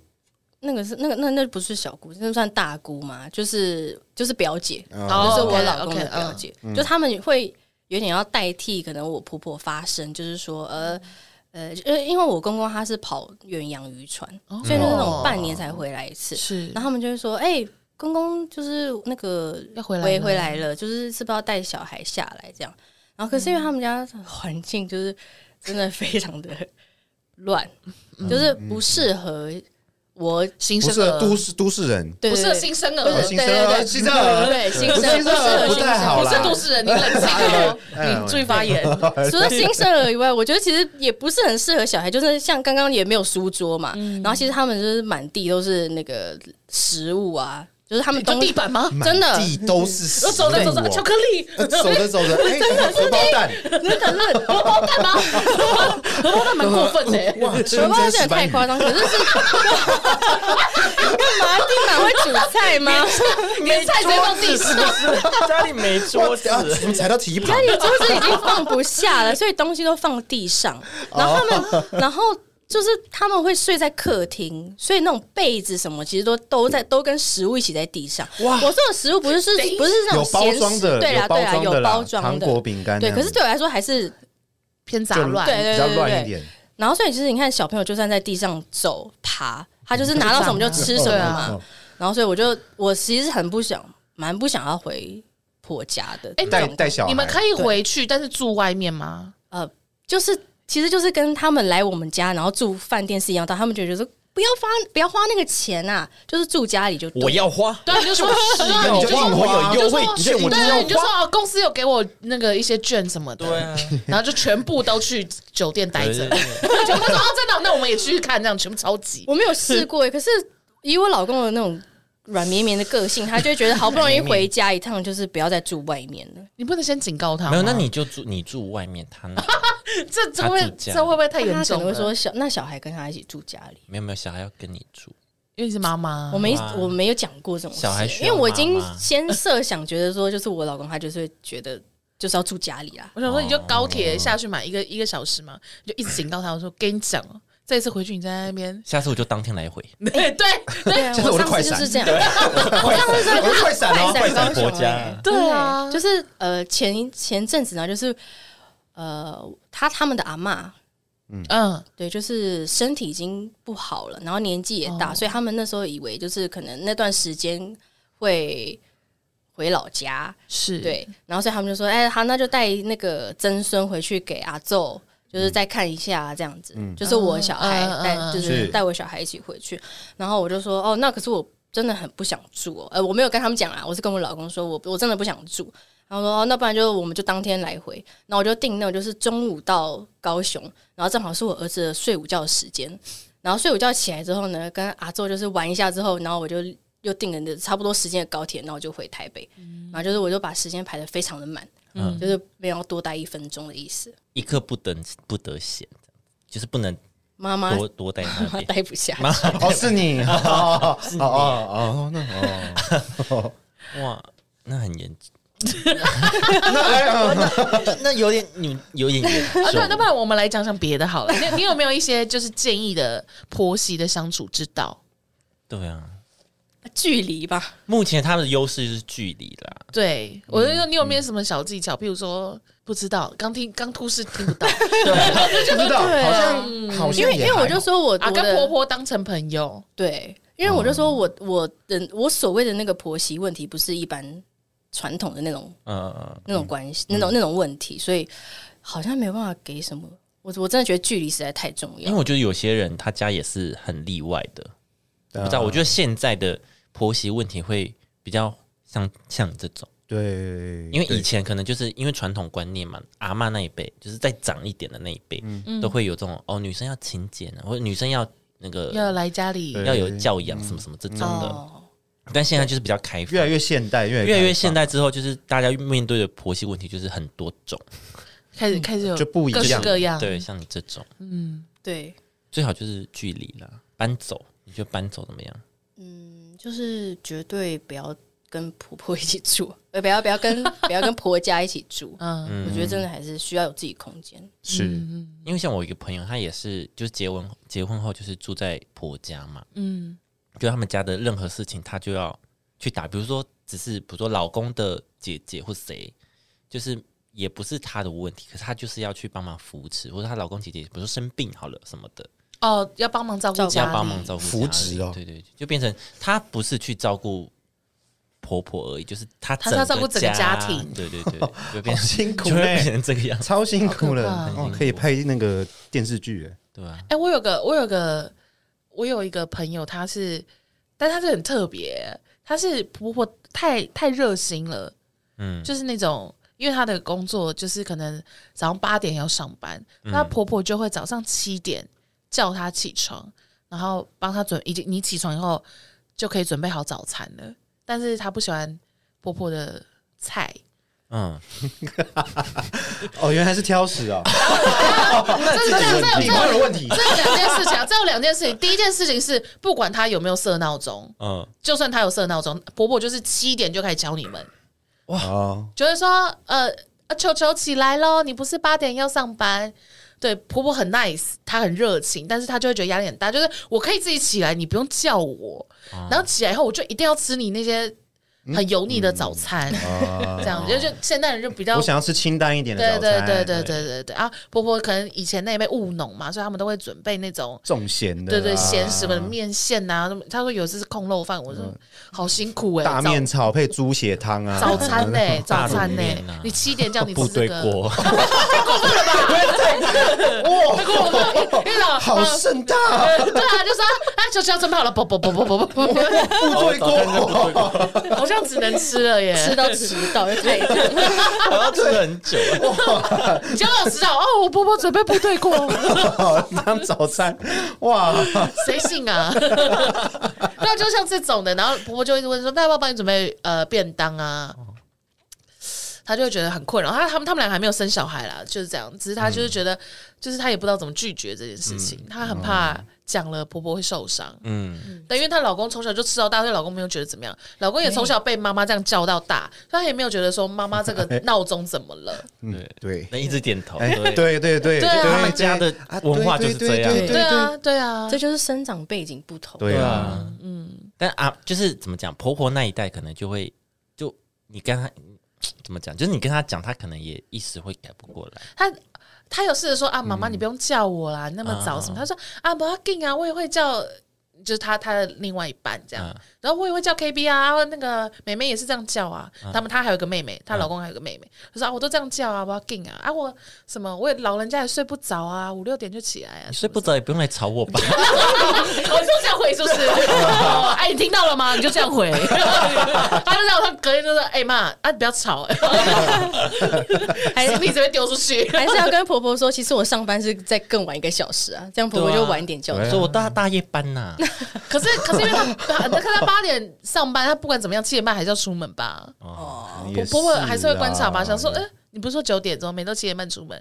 那个是那个那那不是小姑，那算大姑嘛，就是就是表姐，嗯好嗯就是我哦 OK，老公 OK，的表姐，就他们会有点要代替可能我婆婆发声，就是说呃。呃，因为因为我公公他是跑远洋渔船，哦所以就是那种半年才回来一次。是然后他们就会说：“哎、公公就是那个要回来回了回来了，就是是不是要带小孩下来这样？”然后可是因为他们家环境就是真的非常的乱，就是不适合我。新不生是啊儿都市都市人，对不对是对新生儿，对哦对新对生儿对新生儿对新生新生儿不太好不啦是都市人，你冷静哦，哎你注意 发言。除了新生儿以外，我觉得其实也不是很适合小孩，就是像刚刚也没有书桌嘛，然后其实他们就是满地都是那个食物啊，就是他们你说东地板吗？满真的地都是食我物，走着走着，巧克力，呃走着走着，哎，荷包蛋，真 的是荷包蛋吗？荷包蛋蛮过分的。哇，荷真包真蛋石太斑鱼，夸张，可是 是干嘛？地板会煮菜吗？ 年菜直接放地上，家里没桌哇，子等，下怎么踩到蹄膀家？ 里桌子已经放不下 了，所以东西都放地上。哦然后他们，然后就是他们会睡在客厅，所以那种被子什么，其实都都在都跟食物一起在地上。嗯哇我说的食物不是是等一下不是那有种包咸食装的，对啦有包对啦，装有的啦，包装糖的，果啊饼干那对。样，可是对我来说还是偏杂就乱。对比较乱一点，然后所以其实你看，小朋友就算在地上走爬，他就是拿到什么就吃什么嘛。哦，然后所以我就我其实很不想，蛮不想要回婆家的。哎这带种带小孩，你们可以回去，但是住外面吗？呃，就是其实就是跟他们来我们家，然后住饭店是一样的，他们就觉得说不要花不要花那个钱啊，就是住家里就对我要花，对啊，你就说是啊，你你就就说硬我花有优惠你就说券，我就对是要对，你就说花。哦，公司有给我那个一些券什么的，对啊，然后就全部都去酒店待对着对。对全部都说哦，真的，那我们也去看，这样全部超级。我没有试过耶，可是以我老公的那种软绵绵的个性，他就会觉得好不容易回家一趟，就是不要再住外面了。你不能先警告他吗没有，那你就住你住外面，他那这这会不他自会家这会不会太他严可重能了？会说小那小孩跟他一起住家里。没有没有小孩要跟你住，因为你是妈妈，我没哇我没有讲过这种事啊小孩需因要为我已经妈妈先设想觉得说，就是我老公他就是会觉得就是要住家里啊 啦。我想说你就高铁下去买一个一个小时嘛，你就一直警告他，我说跟你讲哦， 这一次回去你在那边，下次我就当天来回。 对对 对啊，下次我我就上快次闪就是这样，我上次真的我就快闪哦快闪高婆雄家欸对啊就是呃前一前阵子呢，就是呃他他们的阿嬷，嗯，对，就是身体已经不好了，然后年纪也大，哦所以他们那时候以为就是可能那段时间会回老家，是，对，然后所以他们就说，哎、好，那就带那个曾孙回去给阿奏，就是再看一下这样子，就是我小孩嗯带，嗯嗯就是是带我小孩一起回去。然后我就说，哦，那可是我真的很不想住、哦，呃，我没有跟他们讲啦，我是跟我老公说我我真的不想住。然后说，哦，那不然就我们就当天来回，然后我就定那种就是中午到高雄，然后正好是我儿子的睡午觉的时间，然后睡午觉起来之后呢，跟阿宙就是玩一下之后，然后我就又订了那差不多时间的高铁，然后我就回台北，嗯然后就是我就把时间排的非常的满，嗯就是没有要多待一分钟的意思。一刻不等不得闲，就是不能妈妈多多待那妈 妈边。待不下，哦，是你，哦哦哦哦，那哦，哇，那很严重，那哎，那那有点你有点严重 啊，对，那不然我们来讲讲别的好了。你你有没有一些就是建议的婆媳的相处之道？对啊，距离吧，目前他们的优势是距离啦，对我就嗯说你有没有什么小技巧？譬如说不知道，刚听刚突是听不 到不知道，好像好像，因为因为我就说我啊，我跟婆的婆当成朋友，对，因为我就说我我的我所谓的那个婆媳问题，不是一般传统的那种嗯、呃，那种关系、那种那种问题，所以好像没有办法给什么我我真的觉得距离实在太重因要为。我觉得有些人他家也是很例外的，不不知道。我觉得现在的婆媳问题会比较像像这种，对，因为以对前可能就是因为传统观念嘛，阿嬷那一辈就是再长一点的那一辈，都会有这种哦，女生要勤俭啊，或者女生要那个要来家里对嗯要有教养什么什么这种的。哦，但现在就是比较开放越来。越现代，越越来开越放现代之后，就是大家面对的婆媳问题就是很多种，开始开始有嗯就不一各式样各样，对，像你这种嗯，对，最好就是距离啦，搬走，你觉得搬走怎么样？嗯，就是绝对不要跟婆婆一起住， 呃，不要不要跟不要跟婆家一起住。嗯我觉得真的还是需要有自己空间。是因为像我有一个朋友，他也是就是结婚结婚后就是住在婆家嘛，嗯就他们家的任何事情他就要去打，比如说只是比如说老公的姐姐或谁，就是也不是他的问题，可是他就是要去帮忙扶持，或者她老公姐姐比如说生病好了什么的，哦，要帮忙照顾照顾家要里，帮忙照顾家扶里植哦对对，对就变成她不是去照顾婆婆而已，就是她她是要照顾整个家家庭对对对，就变成辛苦就会嘞变成这个样子，超辛苦好了，可怕哦，可以拍那个电视剧哎，对啊吧？哎、我有个，我有个，我有一个朋友，他是，但他是很特别，他是婆婆太太热心了，嗯，就是那种，因为她的工作就是可能早上八点要上班，那、嗯婆婆就会早上七点叫她起床，然后帮她准，已经你起床以后就可以准备好早餐了，但是她不喜欢婆婆的菜，嗯，哦，原来是挑食啊，这这这你这朋友的问题 这有两件事情啊，这有两件事情。第一件事情是，不管她有没有设闹钟，嗯，就算她有设闹钟，婆婆就是七点就开始敲你们，哦，就会说，呃，啊球球起来喽，你不是八点要上班？对，婆婆很 nice，她很热情，但是她就会觉得压力很大，就是我可以自己起来，你不用叫我。啊然后起来以后，我就一定要吃你那些很油腻的早餐，啊 这样就就现代人就比较我想要吃清淡一点的对早对餐，对对对对对啊！婆婆可能以前那一辈务农嘛，所以他们都会准备那种重咸的，啊对对咸食么面线呐、那么他说有一次是空肉饭，我说好辛苦哎、大面炒配猪血汤啊，早早餐呢、大早餐呢、欸卤面啊你七点叫你部吃这队个， 锅，哇，因为老 好盛大 啊，呃对啊，就说哎，球球准备好了，不不不不不不不，部队锅， 好像只能吃了耶，吃到迟到就太我要吃很久。结果我知道哦，我婆婆准备部队锅， 当早餐，哇，谁信啊？ 那就像这种的，然后婆婆就一直问说，那要不要帮你准备呃便当啊？她就会觉得很困扰，她他们他们俩还没有生小孩啦，就是这样。只是她就是觉得，就是她也不知道怎么拒绝这件事情，她很怕讲了婆婆会受伤。嗯，但因为她老公从小就吃到大，所以老公没有觉得怎么样。老公也从小被妈妈这样叫到大，所以他也没有觉得说妈妈这 个闹钟怎么了。嗯对，那一直点头，哎，对，对对对，哎对啊他们家的文化就是这样对对啊，对啊， 这就是生长背景不同。对啊，但啊，就是怎么讲，婆婆那一代可能就会，就你跟她怎么讲，就是你跟她讲，她可能也一时会改不过来。她她有试着说啊，妈妈你不用叫我啦，那么早什么？她说啊，不要紧啊，我也会叫，就是她她的另外一半这样嗯。然后我也会叫 KB 啊，那个妹妹也是这样叫啊。他们她还有个妹妹，她老公还有个妹妹，她说啊，我都这样叫啊，不要紧啊，啊我什么我也老人家也睡不着啊，五六点就起来啊，哎你睡不着也不用来吵我吧？我就这样回，是不是？哦哎，你听到了吗？你就这样回， 他就让他隔天就说：“哎妈，啊，你不要吵，还你直接丢出 去。还是要跟婆婆说，其实我上班是再更晚一个小时 啊，这样婆婆对啊就晚一点叫我醒。说我大大夜班 呐、”可 是，可是因为他，他看他八点上班，他不管怎么样，七点半还是要出门吧？哦婆婆会还是会观察吧，啊想说：“哎，你不是说九点钟，每都七点半出门？”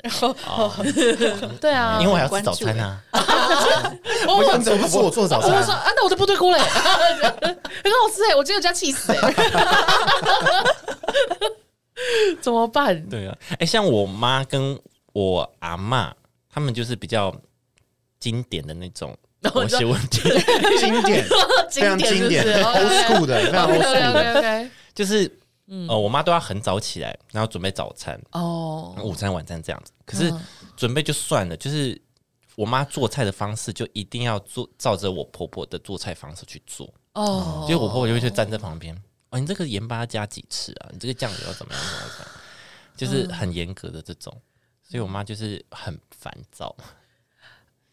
哦 对啊，因为我还要吃早餐啊。我我我想怎么不是我做早我餐说？啊，那我的部队锅嘞， 很好吃哎，我今天有家气死哎， 怎么办？对啊，哎、像我妈跟我阿嬷，他们就是比较经典的那种婆媳问题，经 典，非常经典，old school 的，非常 old OK school 的， OK OK， 就是呃，我妈都要很早起来，然后准备早餐、哦，午餐、晚餐这样子。可是准备就算了，就是我妈做菜的方式就一定要做照着我婆婆的做菜方式去做，哦，就我婆婆就会去站在旁边，哦，你这个盐巴加几次啊？你这个酱油要怎么样怎么样？怎么样就是很严格的这种，所以我妈就是很烦躁，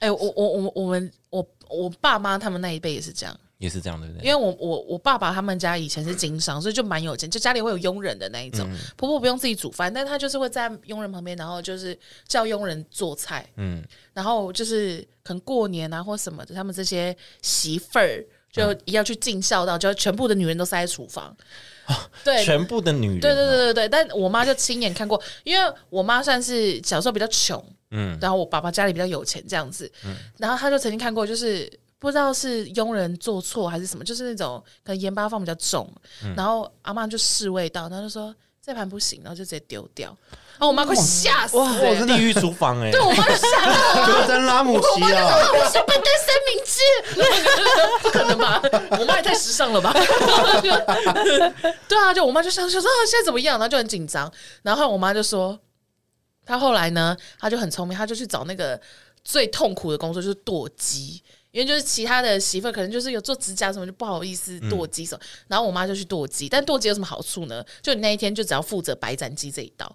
哎、我我我我们我我爸妈他们那一辈也是这样，也是这样，对不因对？为我我我爸爸他们家以前是经商，所以就蛮有钱，就家里会有佣人的那一种。嗯婆婆不用自己煮饭，但她就是会在佣人旁边，然后就是叫佣人做菜，嗯，然后就是可能过年啊或什么的，他们这些媳妇儿啊就一要去尽孝道，就全部的女人都塞在厨房。对，哦全部的女人，对对，对对对，但我妈就亲眼看过，因为我妈算是小时候比较穷，嗯嗯，然后我爸爸家里比较有钱这样子，嗯然后她就曾经看过，就是不知道是佣人做错还是什么，就是那种可能盐巴放比较重，嗯然后阿妈就试味道，然后就说这盘不行，然后就直接丢掉，然后我妈快吓死哇我了真。地狱厨房哎、对我妈就吓到，格珍拉姆齐啊， 我是笨蛋三明治，那个就是 不可能吧？我妈也太时尚了吧？ 对啊，就我妈就想想说啊，现在怎么样？然后就很紧张，然后我妈就说，她后来呢，她就很聪明，她就去找那个最痛苦的工作，就是剁鸡。因为就是其他的媳妇儿可能就是有哦做指甲什么就不好意思剁鸡什么，然后我妈就去剁鸡，但剁鸡有什么好处呢？就你那一天就只要负责白斩鸡这一道，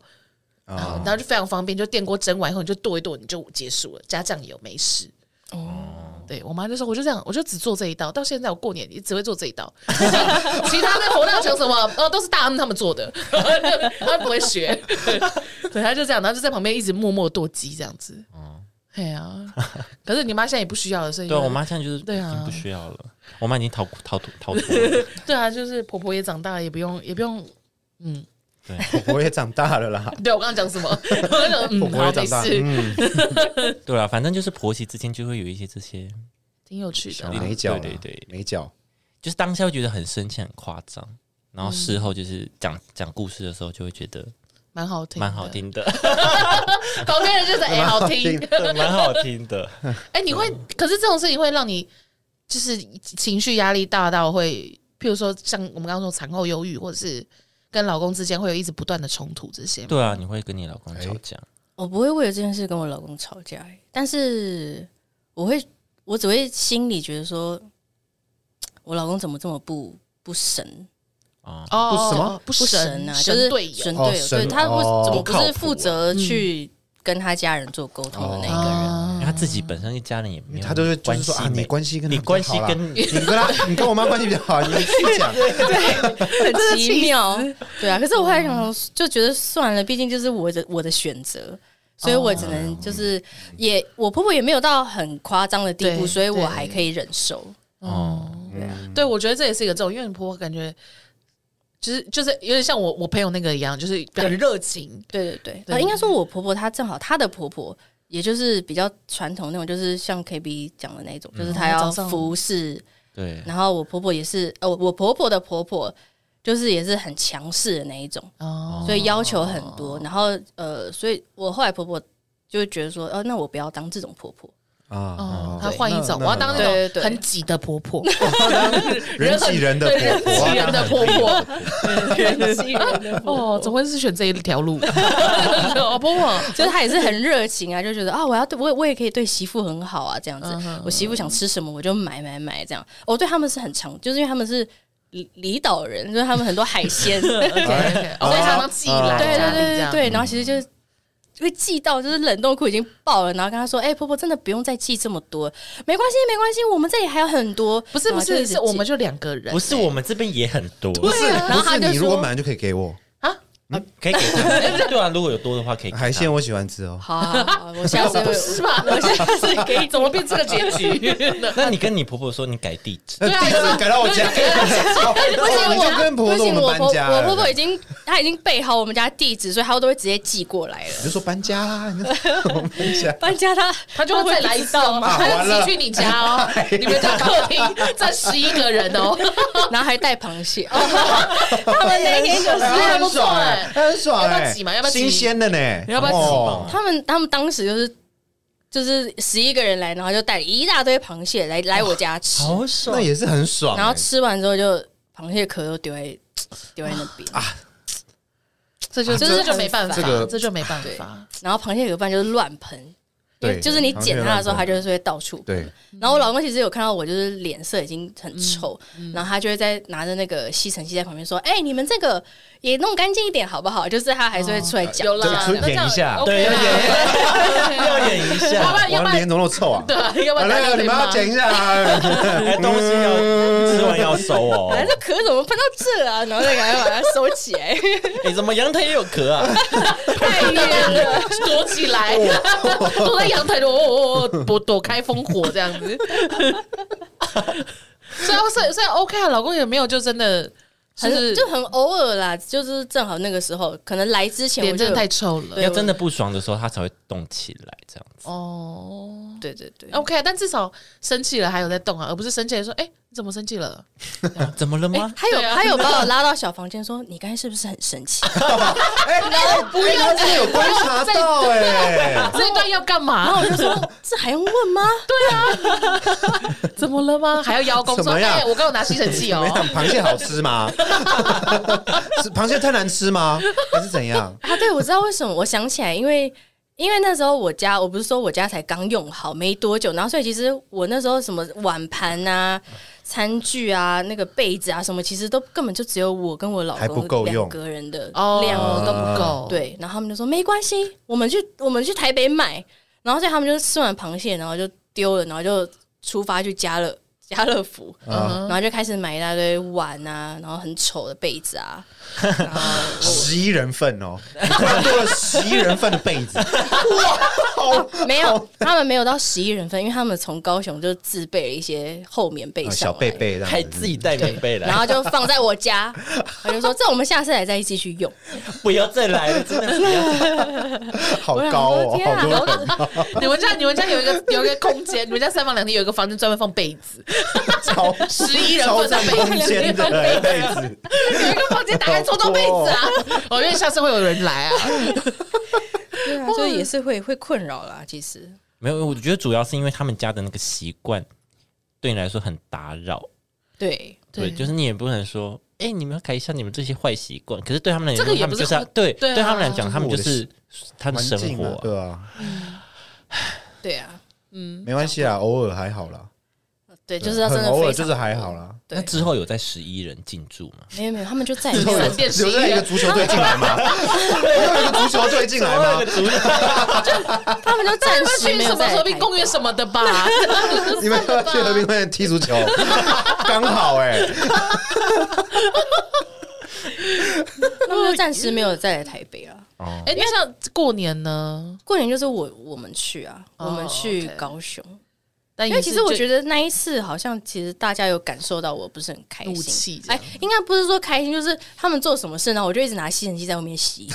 然后然后就非常方便，就电锅蒸完以后你就剁一剁，你就结束了，加酱油没事。哦，对我妈就说，我就这样，我就只做这一道，到现在我过年也只会做这一道， 其他的活到穷什么，哦，都是大恩他们做的， 她不会学， 对，她就这样，然后就在旁边一直默默剁鸡这样子。哦，对啊，可是你妈现在也不需要了，所以对，我妈现在就是已对啊经不需要了，我妈已经逃逃脱逃脱了，对啊，就是婆婆也长大了，也不用也不用。嗯，我也长大了啦，对我刚刚讲什么？ 我刚讲嗯，我好也没长大，事，嗯，对啊，反正就是婆媳之间就会有一些这些，挺有趣的啊小。没嗯脚，啊对对对没脚，就是当下会觉得很生气很夸张，然后事后就是讲讲故事的时候就会觉得蛮好听，蛮好。听的，旁边人就是哎、好听，对，蛮好听的，哎、你会，可是这种事情会让你就是情绪压力大到会，譬如说像我们刚刚说产后忧郁，或者是跟老公之间会有一直不断的冲突这些吗。对啊，你会跟你老公吵架，我不会为了这件事跟我老公吵架，欸但是我会，我只会心里觉得说，我老公怎么这么不不神，啊、哦，不什么哦不不神啊，就神是队友嗯神队友，哦对神他不哦怎么不不靠是谱啊负责去跟他家人做沟通的那一个人。因为他自己本身一家人也没有他就是就关是系说啊，没，你关系跟你他比较关系好啦跟你跟 他，你跟我妈关系比较好，你去讲，很奇妙，对啊。可是我后来想想，就觉得算了，毕竟就是我的我的选择，所以我只能就是也我婆婆也没有到很夸张的地步，对所以我还可以忍受。啊哦，对，我觉得这也是一个重，因为你婆婆感觉就是就是有点像我我朋友那个一样，就是很热情，对对对，对啊，应该说我婆婆她正好她的婆婆。也就是比较传统那种，就是像 KB 讲的那种，就是她哦要早上服侍，对，然后我婆婆也是，呃，我我婆婆的婆婆就是也是很强势的那一种，哦，所以要求很多。然后呃，所以我后来婆婆就会觉得说，哦、那我不要当这种婆 婆，哦啊，，她换一种，我要那当对那对种对很挤的婆婆，人挤人的对婆人婆挤啊，人的婆 婆，人气人的婆哦，怎么会是选这一条路？哦，婆婆， 就是她也是很热情啊，就觉得啊，我要对我我也可以对媳妇很好啊，这样子。我媳妇想吃什么，我就买买买这样。我、对他们是很常，就是因为他们是离离岛人，就是他们很多海 鲜，对 OK，OK，所以常常寄来对家对里这对样，对，然后其实就是。会寄到就是冷冻库已经爆了，然后跟她说：“哎、婆婆真的不用再寄这么多，没关系，没关系，我们这里还有很多。”不是不然后就一是，直是我寄们就两个人，不是我们这边也很多，不是，然后不她是就你如果说买就可以给我啊，可以给他，对啊，如果有多的话可以给他海鲜，我喜欢吃哦。 好好好， 我下次是吧？我下次给你怎么变这个结局？ 那你跟你婆婆说你改地 址，那啊地址改到我家，不行，我就跟婆不婆行，我我们婆搬家我了，婆婆已经她已经备好我们家地址，所以她都会直接寄过来了。你就说搬家啦，你就说我们 搬家。搬家她他就会再来一次哦，啊他完了就寄去你家哦，你们家客厅站十一个人哦， 然后还带螃蟹。哦他们那天就是哎还不很错爽哎哎，很爽要不要哎挤嘛要不要挤新鲜的呢？要不要挤哦他们他们当时就是就是十一个人来，然后就带了一大堆螃蟹来来我家吃，好爽那也是很爽哎。然后吃完之后就螃蟹壳都丢在丢在那边，这就啊这这就没办法，这个这就没办法。然后螃蟹壳饭就是乱喷，因为对就是你剪他的时候，他就是会到处喷。对，然后我老公其实有看到我，就是脸色已经嗯很臭，然后他就会在拿着那个吸尘器在旁边说：“哎、你们这个也弄干净一点好不好？”就是他还是会出来讲。哦有啦，这个出演一下对，要演， 要演，演一 要 下，不然要我不然脸怎么那么臭啊？ 对，要不啊然大那家个会你们要骂剪 一下啊！哎东西要吃完要收 哦。反正哎壳怎么喷到这啊？然后再赶快把它收起 来，哎，怎么阳台也有壳啊？太远了。躲起来，躲在阳台的，哦哦哦，躲躲开烽火这样子。 所以，所以，所以 OK 啊，老公也没有就真的就很是就很偶尔啦，就是正好那个时候，可能来之前脸我就真的有太臭了。对要真的不爽的时候，它才会动起来，这样子。哦对对对， ，OK，但至少生气了还有在动啊，而不是生气了说，哎，你怎么生气了？ 啊怎么了吗？还有对啊还 有把我拉到小房间说：“你刚才是不是很生气？” 哎，不要，他真的有观察到哎，这一段要干嘛？我就说：“这还用问吗？” 怎么了吗？还要邀功怎说，么样哎，我刚有拿吸尘器 怎哦么。样？螃蟹好吃吗？ 是螃蟹太难吃吗？还是怎样？啊，对，我知道为什么，我想起来，因为因为那时候我家，我不是说我家才刚用好没多久，然后所以其实我那时候什么碗盘啊、餐具啊、那个被子啊什么，其实都根本就只有我跟我老还不够公两用啊个人的哦，两量哦个都不够，，对，然后他们就说没关系，我们去我们去台北买，然后所以他们就吃完螃蟹，然后就丢了，然后就出发去家乐家乐福，啊，然后就开始买一大堆碗啊，然后很丑的被 子啊，然后十一人份哦，你突然多了十一人份的被子，没哦有，他们没有到十一人份，因为他们从高雄就自备了一些厚棉被啊上来小贝，贝这样子哎还自己带棉被然来，后就放在我 家，我就说这我们下次来再继续用。 不要再来了，真的不要。好高哦我，想说天啊好多人你们家你们家有一个有一个空间，你们家三房两厅有一个房间专门放被子，超十一人超份的占被子空间的哎被子，有一个房间打开抽到被子啊，我觉得下次会有人来啊。对啊，所以也是会会困扰啦。其实 没有，我觉得主要是因为他们家的那个习惯，对你来说很打扰。对，对，就是你也不能说，哎，你们要改一下你们这些坏习惯。可是对他们来这个讲，也他们不是就是要坏对，对啊对他们来讲，他们就是他的环生境啊活啊。对啊，对啊，没关系啊，偶尔还好啦，对，就是要真很的偶尔非就常是还好啦。那对，之后有在十一人进驻吗？没有没有，他们就再也没之后有有了。变十一有人任一个足球队进来吗？有哦一个足球队 进来吗？他们就你暂们时去没什有么在啊和平公园什么的吧？你们要去和平公园踢足球，刚好哎、他们就暂时没有再来台北了。哎，那像过年呢？过年就是我我们去啊，哦我们去 OK 高雄，但因为其实我觉得得那一次好像其实大家有感受到我不是很开怒心气，这哎样，应该不是说开心，就是他们做什么事呢，我就一直拿吸尘器在后面吸，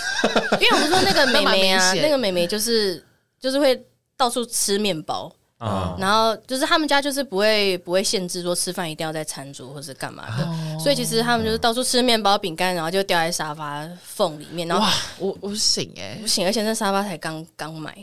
因为我们说那个那妹妹蛮啊，明显那个妹妹就是就是会到处吃面包，啊， 然后就是他们家就是不会不会限制说吃饭一定要在餐桌或是干嘛的，所以其实他们就是到处吃面包饼干，然后就掉在沙发缝里面，然后我我不行哎不，行，而且那沙发才刚刚买，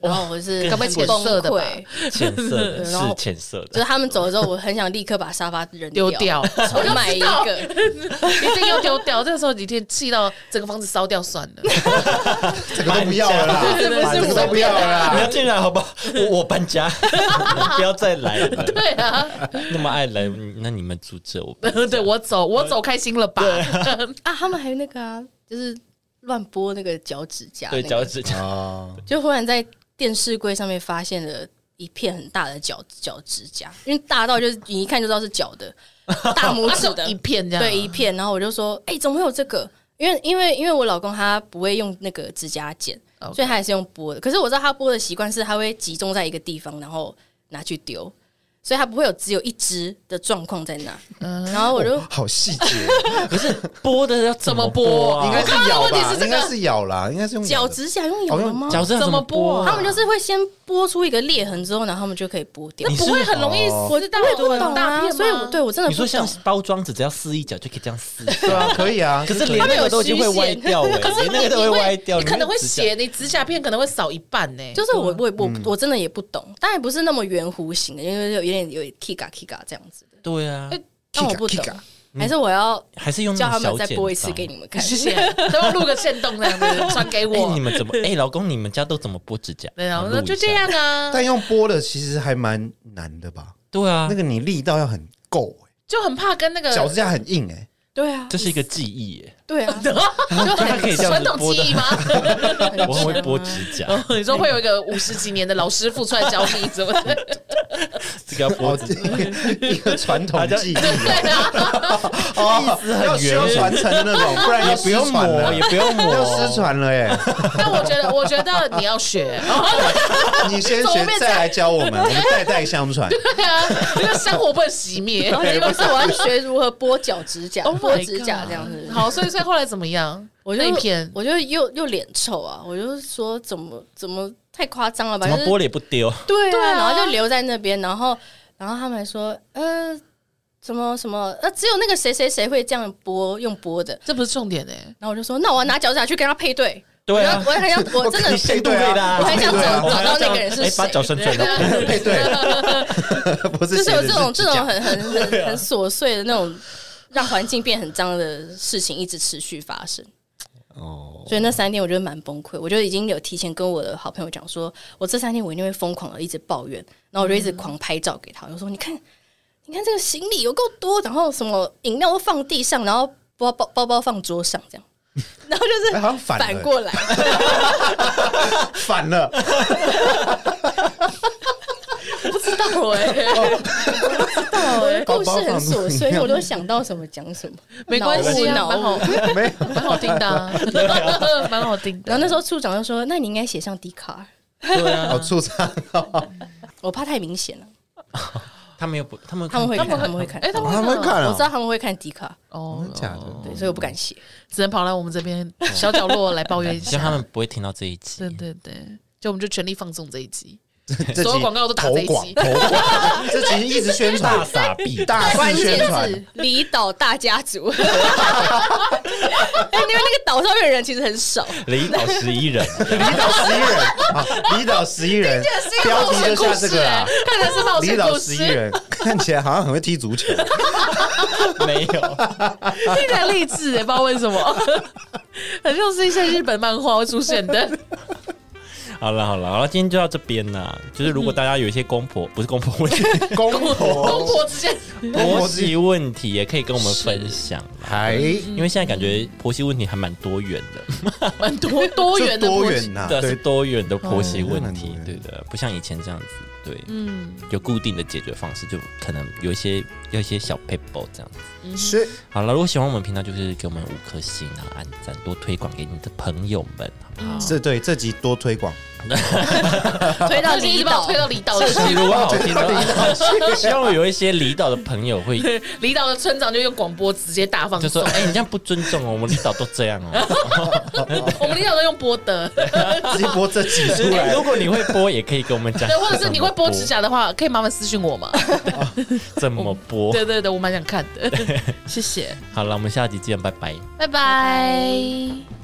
然后我是哇刚被很浅崩色的吧溃浅色的然后是浅色就的，是他们走了之后，我很想立刻把沙发扔丢掉，我就买一个，一定要丢掉。这个时候你天气到整个房子烧掉算了。这个都不要了啦，这个都不要了不 啦。要进来好不好？我我搬家，不要再来了。对啊，那么爱来，那你们住这我不 对我走，我走开心了吧？啊，他们还有那个啊，就是乱拨那个脚趾甲、对那个脚趾甲，啊，就忽然在电视柜上面发现了一片很大的脚脚趾甲，因为大到就是你一看就知道是脚的，大拇它指就 的一片这样，对一片，然后我就说，哎、怎么会有这个？因为因为因为我老公他不会用那个指甲剪 OK 所以他也是用剥的。可是我知道他剥的习惯是他会集中在一个地方，然后拿去丢，所以他不会有只有一只的状况在那。嗯然后我哦就好细节，剥的要怎怎么剥啊应该是咬吧，应该是咬啦，应该是用脚趾甲用咬的吗？哦脚趾要怎么剥剥啊？他们就是会先剥出一个裂痕之后，然后他们就可以剥掉你。不会很容易撕到哦我也不懂很大啊，片吗所以我对我真的你不说像懂。包装纸，只要撕一角就可以这样撕，对啊，可以啊。可是连那个都已经会歪掉哎，可是连那你个都会歪掉，你可能会那个指甲斜，你指甲片可能会少一半呢。 就是我我我我真的也不懂，当然不是那么圆弧形的，因为有点有点 kiga kiga 这样子的，对啊哎，但我不懂啊 kiga，kiga，还是我要还是用叫那他种小们再剪播一次刀给你们看？嗯谢谢，都要录个线动 这样子传给哎、我你。们怎么？哎、老公，你们家都怎么剥指甲？哎对啊，我我录说一就下这。样啊，但用剥的其实还蛮难的吧？对啊那，个你力道要很够、欸就很怕跟那个欸，脚趾甲很硬哎、欸对啊，这是一个记忆耶，对啊，就他可以很这样传子统播的技艺吗？ 我很会剥 啊指甲，哦你说会有一个五十几年的老师傅出来教你 怎么的？这个要剥哦指， 一个传统技艺对啊，哦，要需要传承的那种，不然甲，也也不不用用磨，磨，也不用要磨失。传了哎、但我觉得，我觉得你要学，哦你先学再来教我们，我们代代相 传。对啊，这个香火不能熄灭然。后结果哦是我要学如何剥脚趾甲， Oh my 剥指甲 God 这样子。好，所以所以后来怎么样？我就那一篇我就又又脸臭啊，我就说怎么怎么太夸张了吧？怎么就是剥了也不丢，对对啊啊，然后就留在那边，然后然后他们还说呃。什么什么？呃，只有那个谁谁谁会这样播用播的。这不是重点 哎、然后我就说，那我要拿脚趾甲去跟他配对。对啊我要我 很想，我真的我可以很配对对的，啊我还想对啊找我还要找到那个这样人是哎把谁啊脚伸出来，然后 配对，不是就是有谁这的啊种指这甲种很很很很琐碎的那种让环境变很脏的事情一直持续发生。哦，所以那三天我觉得蛮崩溃，我就已经有提前跟我的好朋友讲说，我这三天我一定会疯狂的一直抱怨，然后我就一嗯直狂拍照给他，我就说你看，你看这个行李有够多，然后什么饮料都放地上，然后包包包包放桌上这样，然后就哎是好像反了哎反过来，反了，我不知道哎、哦对故包事包很放琐饮碎，料我都想到什么讲什么，没关系啊，脑雾蛮好，没有蛮好听的、啊， 蛮好听的。然后那时候处长就说，那你应该写上 D 卡，对啊，好粗糙。我怕太明显了，他们又不，他们他们会看看，他们会看，哎、他们哦他们看啊我了知道他们会看 D 卡，哦真的假的对，所以我不敢写。只能跑来我们这边小角落来抱怨一希哎望他下。们不会听到这一集对。对对，就我们就全力放纵这一集，这所有集广告都打投这一广集，投 广，这集一直宣传大傻逼，大哦关肆宣键传字，离岛大家 族。哎，因为那个岛上面的人其实很少，离岛十一人，离岛十一人啊，离岛十一 人，标题就下这个啊，看来是冒离险岛故十事一，人看起来好像很会踢足球，没有，听起来励志哎，不知道为什么， 很像是一些日本漫画会出现的。好了好了好了，今天就到这边啦。就是如果大家有一些公婆，不是公婆问题， 公公婆婆之间，婆媳问题，也可以跟我们分享啦。还嗯因为现在感觉婆媳问题还蛮多元的，蛮多多元就的多婆媳远呐？啊啊对，是对，多元的婆媳问题，嗯对的，不像以前这样子，对，嗯，有固定的解决方式，就可能有一些有一些小 paper 这样子。是好了，如果喜欢我们频道，就是给我们五颗星啊，按赞，多推广给你的朋友们，好不好？这对这集多推广，推到而且一离直把我岛推，到离岛这集去，如 果好听的话，希望有一些离岛的朋友会离岛的村长就用广播直接大放就说送：“，哎、你这样不尊重哦，我们离岛都这样哦。 我们离岛都用播的，直接播这集出哎来如。果你会播，也可以跟我们讲。对，或者是你会播指甲的话，可以麻烦私信我嘛？怎么播？对对对，我蛮想看的，谢谢，好了，我们下集见，拜拜。拜拜。